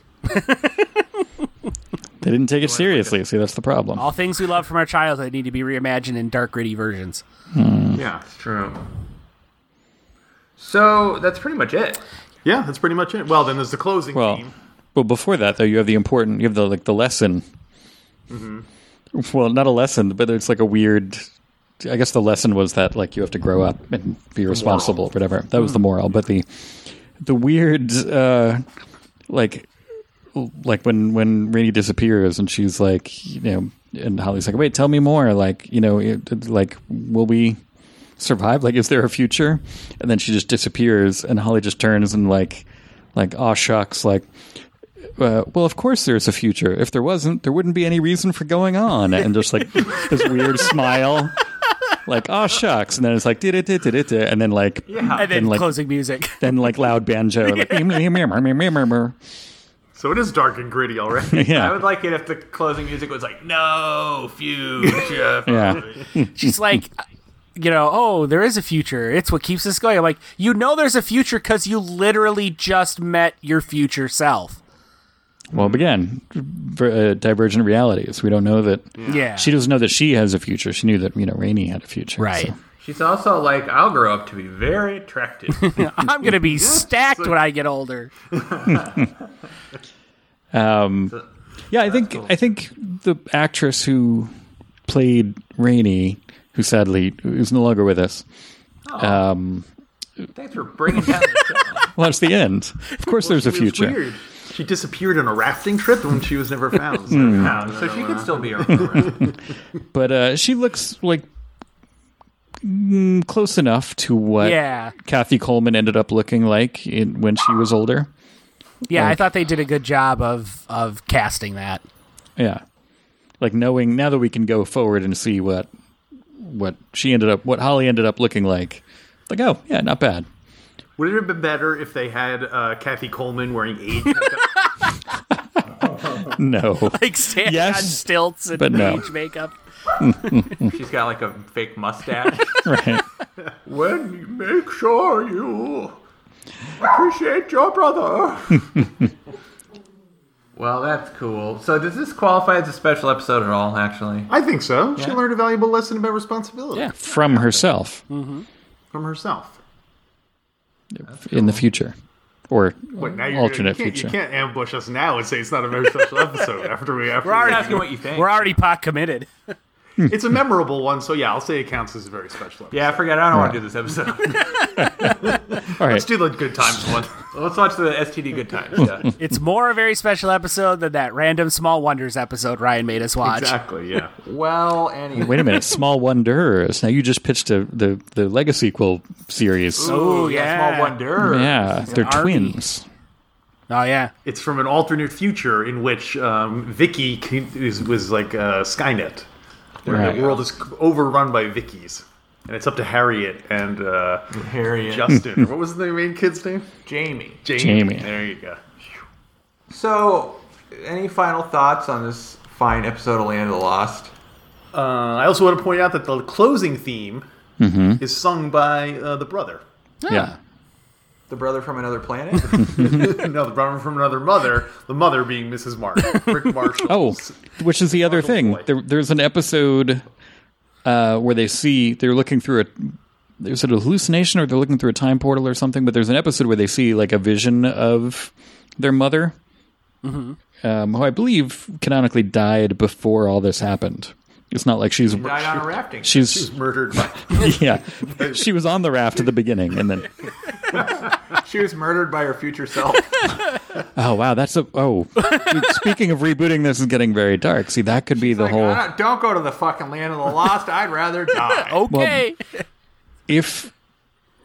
Speaker 4: They didn't take it seriously. See, that's the problem.
Speaker 5: All things we love from our childhood need to be reimagined in dark, gritty versions.
Speaker 1: Yeah,
Speaker 3: True. So that's pretty much it.
Speaker 1: Yeah, that's pretty much it. Well, then there's the closing
Speaker 4: Well,
Speaker 1: theme.
Speaker 4: well, before that though, you have the important, you have the like the lesson. Well, not a lesson, but it's like a weird. I guess the lesson was that like you have to grow up and be responsible, or whatever. That was the moral, but the the weird uh, like like when when Rainey disappears and she's like you know and Holly's like wait tell me more like you know it, like will we survive like is there a future and then she just disappears and Holly just turns and like like aw shucks like uh, well of course there's a future if there wasn't there wouldn't be any reason for going on and just like this weird smile like aw shucks and then it's like did it did it and then like
Speaker 5: and then
Speaker 4: And, like-
Speaker 5: closing music.
Speaker 4: then like loud banjo like
Speaker 1: So it is dark and gritty already.
Speaker 3: I
Speaker 4: yeah
Speaker 3: would like it if the closing music was like, "No future."
Speaker 4: yeah
Speaker 5: She's like, you know, oh, there is a future. It's what keeps us going. I'm like, you know, there's a future because you literally just met your future self.
Speaker 4: Well, but again, ver- uh, divergent realities. We don't know that.
Speaker 5: Yeah.
Speaker 4: She doesn't know that she has a future. She knew that you know Rainey had a future.
Speaker 5: Right.
Speaker 4: so.
Speaker 3: She's also like, "I'll grow up to be very attractive."
Speaker 5: I'm going to be stacked when I get older.
Speaker 4: Yeah, I think I think the actress who played Rainey, who sadly is no longer with us.
Speaker 3: Thanks for bringing down the show.
Speaker 4: Well, that's the end. Of course, there's a
Speaker 1: It was
Speaker 4: future.
Speaker 1: weird. She disappeared on a rafting trip when she was never found. So-
Speaker 3: so she could still be around.
Speaker 4: But uh, she looks like mm, close enough to what
Speaker 5: Yeah.
Speaker 4: Kathy Coleman ended up looking like in, when she was older.
Speaker 5: Yeah, I thought they did a good job of of casting that.
Speaker 4: Yeah. Like knowing now that we can go forward and see what what she ended up what Holly ended up looking like. Like, oh yeah, not bad.
Speaker 1: Would it have been better if they had uh, Kathy Coleman wearing aid?
Speaker 4: No.
Speaker 5: Like standing
Speaker 4: Yes,
Speaker 5: on stilts and
Speaker 4: but no.
Speaker 5: beach makeup.
Speaker 3: She's got like a fake mustache.
Speaker 4: right.
Speaker 3: when you make sure you appreciate your brother. well, that's cool. So, does this qualify as a special episode at all? Actually,
Speaker 1: I think so. She learned a valuable lesson about responsibility
Speaker 5: Yeah.
Speaker 4: From herself
Speaker 1: from herself.
Speaker 4: in the future. Or
Speaker 1: Now you're
Speaker 4: alternate
Speaker 1: gonna, you can't,
Speaker 4: future.
Speaker 1: You can't ambush us now and say it's not a very special episode after we after.
Speaker 3: I'm
Speaker 1: we-
Speaker 3: asking what you think.
Speaker 5: We're already pot committed.
Speaker 1: It's a memorable one, so yeah, I'll say it counts as a very special. Episode.
Speaker 3: yeah, I forgot. I don't want to do this episode.
Speaker 4: All right.
Speaker 1: Let's do the good times one.
Speaker 3: Let's watch the STD good times. Yeah.
Speaker 5: It's more a very special episode than that random Small Wonders episode Ryan made us watch.
Speaker 1: exactly. Yeah.
Speaker 3: well, anyway.
Speaker 4: Wait a minute. Small Wonders. Now you just pitched a, the the Lego sequel series.
Speaker 5: Oh,
Speaker 3: Ooh,
Speaker 5: yeah.
Speaker 3: Small wonder.
Speaker 4: yeah, they're
Speaker 5: army.
Speaker 4: twins.
Speaker 5: Oh yeah.
Speaker 1: It's from an alternate future in which um, Vicky c- is, was like uh, Skynet. Where
Speaker 4: Right.
Speaker 1: The world is c- overrun by Vickies. And it's up to Harriet and uh,
Speaker 3: Harriet.
Speaker 1: Justin. what was the main kid's name?
Speaker 3: Jamie.
Speaker 1: Jamie.
Speaker 4: Jamie.
Speaker 1: There you go.
Speaker 3: So, any final thoughts on this fine episode of Land of the Lost?
Speaker 1: Uh, I also want to point out that the closing theme
Speaker 4: Mm-hmm.
Speaker 1: is sung by uh, the brother.
Speaker 4: Yeah.
Speaker 3: The brother from another planet?
Speaker 1: no, the brother from another mother. The mother being Mrs. Martin. Rick Marshall.
Speaker 4: Oh, which is the other thing.
Speaker 1: Boy.
Speaker 4: There, there's an episode uh, where they see they're looking through a there's a hallucination or they're looking through a time portal or something. But there's an episode where they see like a vision of their mother, um, who I believe canonically died before all this happened. It's not like she's
Speaker 3: Died on a rafting.
Speaker 4: she's
Speaker 1: Murdered by.
Speaker 4: yeah she was on the raft at the beginning and then
Speaker 3: She was murdered by her future self.
Speaker 4: oh wow that's a oh Dude, speaking of rebooting this is getting very dark see that could be the
Speaker 3: Like, "Ah,
Speaker 4: whole
Speaker 3: I don't, don't go to the fucking land of the lost. I'd rather die.
Speaker 4: Oh,
Speaker 5: Okay.
Speaker 4: if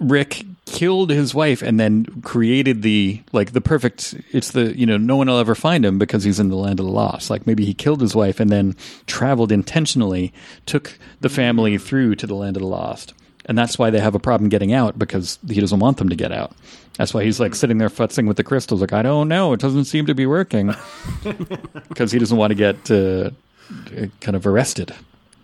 Speaker 4: Rick killed his wife and then created the like the perfect it's the you know no one will ever find him because he's in the land of the lost like maybe he killed his wife and then traveled intentionally took the family through to the land of the lost and that's why they have a problem getting out because he doesn't want them to get out that's why he's like sitting there futzing with the crystals like I don't know it doesn't seem to be working because he doesn't want to get uh, kind of arrested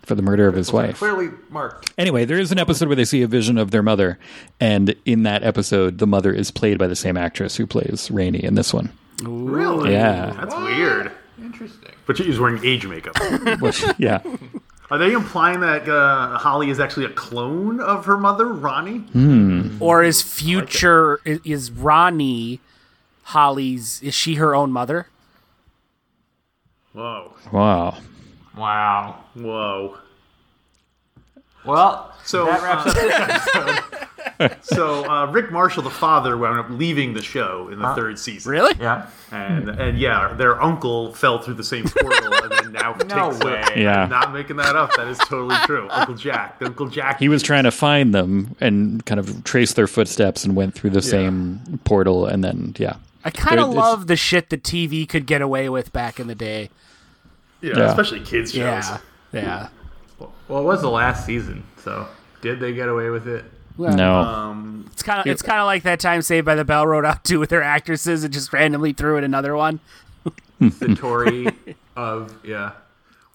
Speaker 4: for the murder of his wife
Speaker 3: Clearly marked.
Speaker 4: Anyway, there is an episode where they see a vision of their mother, and in that episode, the mother is played by the same actress who plays Rainey in this one.
Speaker 1: Really?
Speaker 4: Yeah,
Speaker 1: That's weird.
Speaker 3: Interesting.
Speaker 1: But she was wearing age makeup.
Speaker 4: yeah.
Speaker 1: Are they implying that uh, Holly is actually a clone of her mother, Ronnie?
Speaker 4: Hmm.
Speaker 5: Or is future is, is Ronnie Holly's? Is she her own mother?
Speaker 1: Whoa,
Speaker 4: Wow.
Speaker 3: Wow.
Speaker 1: whoa.
Speaker 3: Well,
Speaker 1: So
Speaker 3: that wraps
Speaker 1: uh,
Speaker 3: up this
Speaker 1: So uh, Rick Marshall, the father, wound up leaving the show in the third season.
Speaker 5: Really?
Speaker 3: Yeah.
Speaker 1: And and yeah, their uncle fell through the same portal and then now
Speaker 3: No
Speaker 1: takes
Speaker 3: way.
Speaker 1: Up.
Speaker 4: Yeah.
Speaker 1: I'm not making that up. That is totally true. Uncle Jack. Uncle Jack.
Speaker 4: He was trying to find them and kind of trace their footsteps and went through the same portal and then yeah.
Speaker 5: I kind of
Speaker 4: it's-
Speaker 5: love the shit that TV could get away with back in the day.
Speaker 1: yeah,
Speaker 4: Yeah.
Speaker 1: especially kids shows.
Speaker 5: Yeah, yeah.
Speaker 3: Well, it was the last season, so did they get away with it?
Speaker 5: Um,
Speaker 4: no.
Speaker 5: It's kind of it's kind of like that time Saved by the Bell wrote out two with their actresses and just randomly threw in another one.
Speaker 3: The Tory of yeah.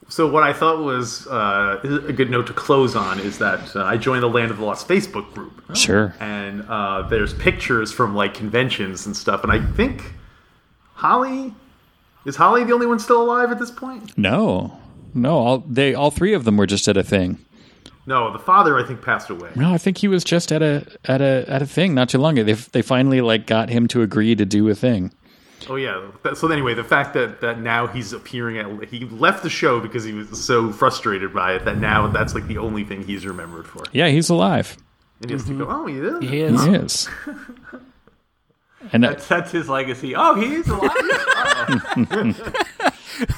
Speaker 1: So what I thought was uh, a good note to close on is that uh, I joined the Land of the Lost Facebook group.
Speaker 4: sure.
Speaker 1: and uh, there's pictures from like conventions and stuff. And I think Holly is Holly the only one still alive at this point?
Speaker 4: No. No, all they all three of them were just at a thing.
Speaker 1: No, the father I think passed away.
Speaker 4: No, I think he was just at a at a at a thing not too long ago. They they finally like got him to agree to do a thing.
Speaker 1: Oh yeah. That- So anyway, the fact that that now he's appearing at he left the show because he was so frustrated by it that now that's like the only thing he's remembered for.
Speaker 4: Yeah, he's alive.
Speaker 1: And he has to go. Oh, he is.
Speaker 5: He
Speaker 4: He
Speaker 5: is.
Speaker 4: is. And uh, that,
Speaker 3: That's that's his legacy. Oh, he's alive.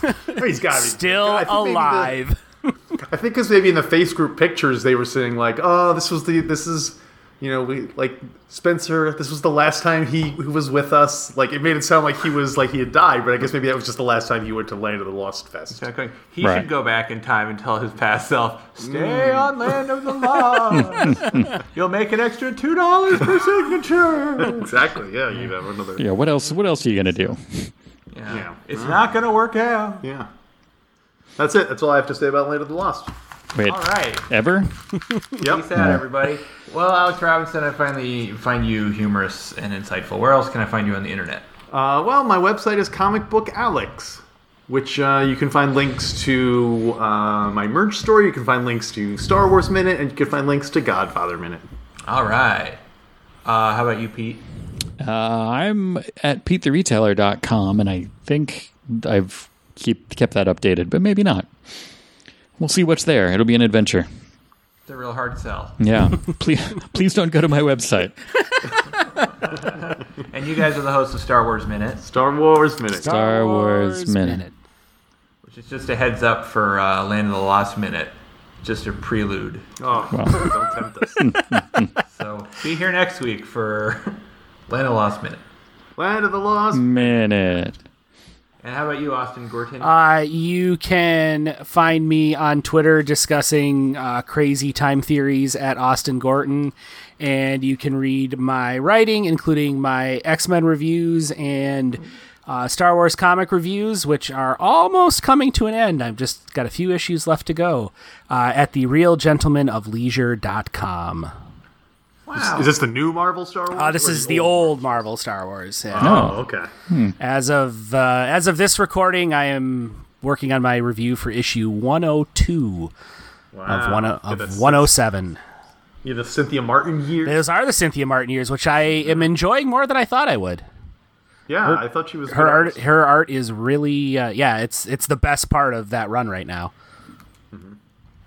Speaker 1: Oh, he's got to be
Speaker 5: Still
Speaker 1: I think maybe the-
Speaker 5: alive.
Speaker 1: I think because maybe in the face group pictures they were saying like, oh, this was the this is. You know, we like Spencer. This was the last time he, he was with us. Like, it made it sound like he was like he had died, but I guess maybe that was just the last time he went to Land of the Lost Fest.
Speaker 3: Okay. He
Speaker 4: Right. Mm.
Speaker 3: should go back in time and tell his past self, "Stay on Land of the Lost. You'll make an extra two dollars per signature."
Speaker 1: Exactly. Yeah, you have another.
Speaker 4: yeah, what else? What else are you gonna do?
Speaker 3: Yeah.
Speaker 1: Yeah.
Speaker 3: It's
Speaker 4: Mm.
Speaker 3: not gonna work out.
Speaker 1: Yeah. That's it. That's all I have to say about Land of the Lost.
Speaker 4: Wait,
Speaker 3: All right.
Speaker 4: ever?
Speaker 1: Yep.
Speaker 3: Peace out,
Speaker 4: Mm.
Speaker 3: everybody. Well, Alex Robinson, I finally find you humorous and insightful. Where else can I find you on the internet?
Speaker 1: Uh, well, my website is Comic Book Alex, which uh, you can find links to uh, my merch store. You can find links to Star Wars Minute, and you can find links to Godfather Minute.
Speaker 3: All right. Uh, how about you, Pete?
Speaker 4: Uh, I'm at PeteTheRetailer.com, and I think I've keep kept that updated, but maybe not. We'll see what's there. It'll be an adventure.
Speaker 3: It's a real hard sell.
Speaker 4: Yeah. please, please don't go to my website.
Speaker 3: And you guys are the hosts of Star Wars Minute,
Speaker 1: Star Wars Minute.
Speaker 4: Star Wars Minute.
Speaker 3: which is just a heads up for uh, Land of the Lost Minute, just a prelude.
Speaker 1: Oh, don't tempt us.
Speaker 3: So be here next week for Land of the Lost Minute.
Speaker 1: Land of the Lost.
Speaker 4: Mm. Minute.
Speaker 3: And how about you, Austin Gorton?
Speaker 5: Uh, you can find me on Twitter discussing uh, crazy time theories at Austin Gorton, and you can read my writing, including my X Men reviews and uh, Star Wars comic reviews, which are almost coming to an end. I've just got a few issues left to go uh, at the Real Gentleman of Leisure.com.
Speaker 3: wow.
Speaker 1: Is this the new Marvel Star Wars?
Speaker 5: Uh, this
Speaker 1: or
Speaker 5: is the old Marvel Star Wars. yeah.
Speaker 1: Oh, okay.
Speaker 5: As of uh, as of this recording, I am working on my review for issue 102 of one
Speaker 1: Wow. Yeah,
Speaker 5: of
Speaker 1: that's-
Speaker 5: 107.
Speaker 1: Yeah, the Cynthia Martin years.
Speaker 5: Those are the Cynthia Martin years, which I am enjoying more than I thought I would.
Speaker 1: yeah, I thought she was
Speaker 5: Her
Speaker 1: good
Speaker 5: art,
Speaker 1: artist.
Speaker 5: her art is really uh, yeah. It's it's the best part of that run right now.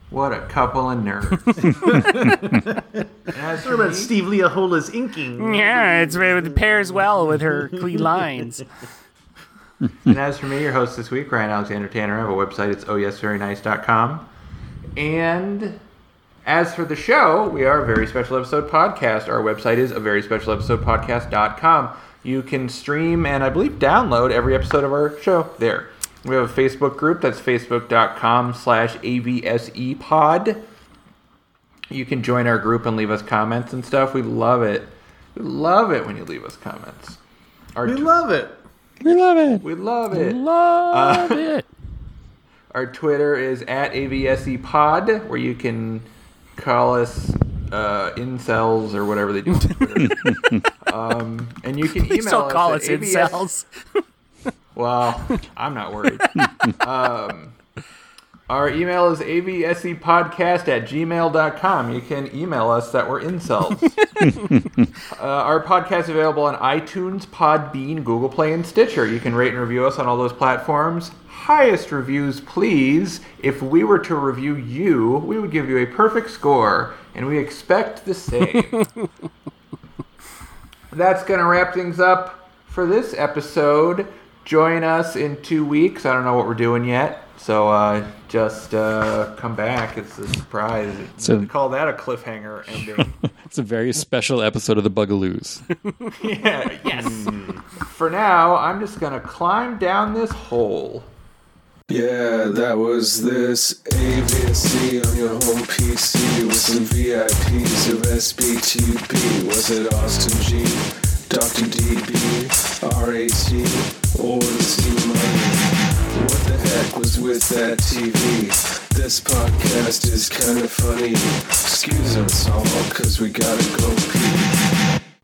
Speaker 3: What a couple of nerds. And as for
Speaker 1: What about
Speaker 3: me-
Speaker 1: Steve Leahola's inking.
Speaker 5: Yeah, it's it pairs well with her clean lines.
Speaker 3: And as for me, your host this week, Ryan Alexander Tanner, I have a website. It's oh ohyesverynice.com. And as for the show, we are a very special episode podcast. Our website is a very special episode podcast.com. You can stream and I believe download every episode of our show there. We have a Facebook group that's facebook.com slash AVSE E pod. You can join our group and leave us comments and stuff. We love it. We love it when you leave us comments. Our
Speaker 1: We love it.
Speaker 4: We love it. Uh,
Speaker 3: we love it.
Speaker 4: Love it.
Speaker 3: Our Twitter is at AVSE E Pod, where you can call us uh, incels or whatever they do. On Twitter. um, and you can
Speaker 5: Please
Speaker 3: email
Speaker 5: don't call
Speaker 3: us,
Speaker 5: us
Speaker 3: at AVS
Speaker 5: incels.
Speaker 3: Well, I'm not worried. um, Our email is avsepodcast E at gmail.com. You can email us that we're incels. uh, our podcast is available on iTunes, Podbean, Google Play, and Stitcher. You can rate and review us on all those platforms. Highest reviews, please. If we were to review you, we would give you a perfect score, and we expect the same. That's going to wrap things up for this episode. Join us in two weeks. I don't know what we're doing yet. So uh, just uh, come back. It's a surprise.
Speaker 4: So-
Speaker 3: we call that a cliffhanger ending.
Speaker 4: It's a very special episode of the Bugaloos.
Speaker 3: yeah.
Speaker 5: Yes.
Speaker 3: For now, I'm just going to climb down this hole.
Speaker 2: Yeah, that was this AVSC on your home PC with some VIPs of SBTB. Was it Austin G, Dr. DB, RAT, or Z Money? What the heck was with that TV? This podcast is kinda funny. Excuse us all, cause we gotta go pee.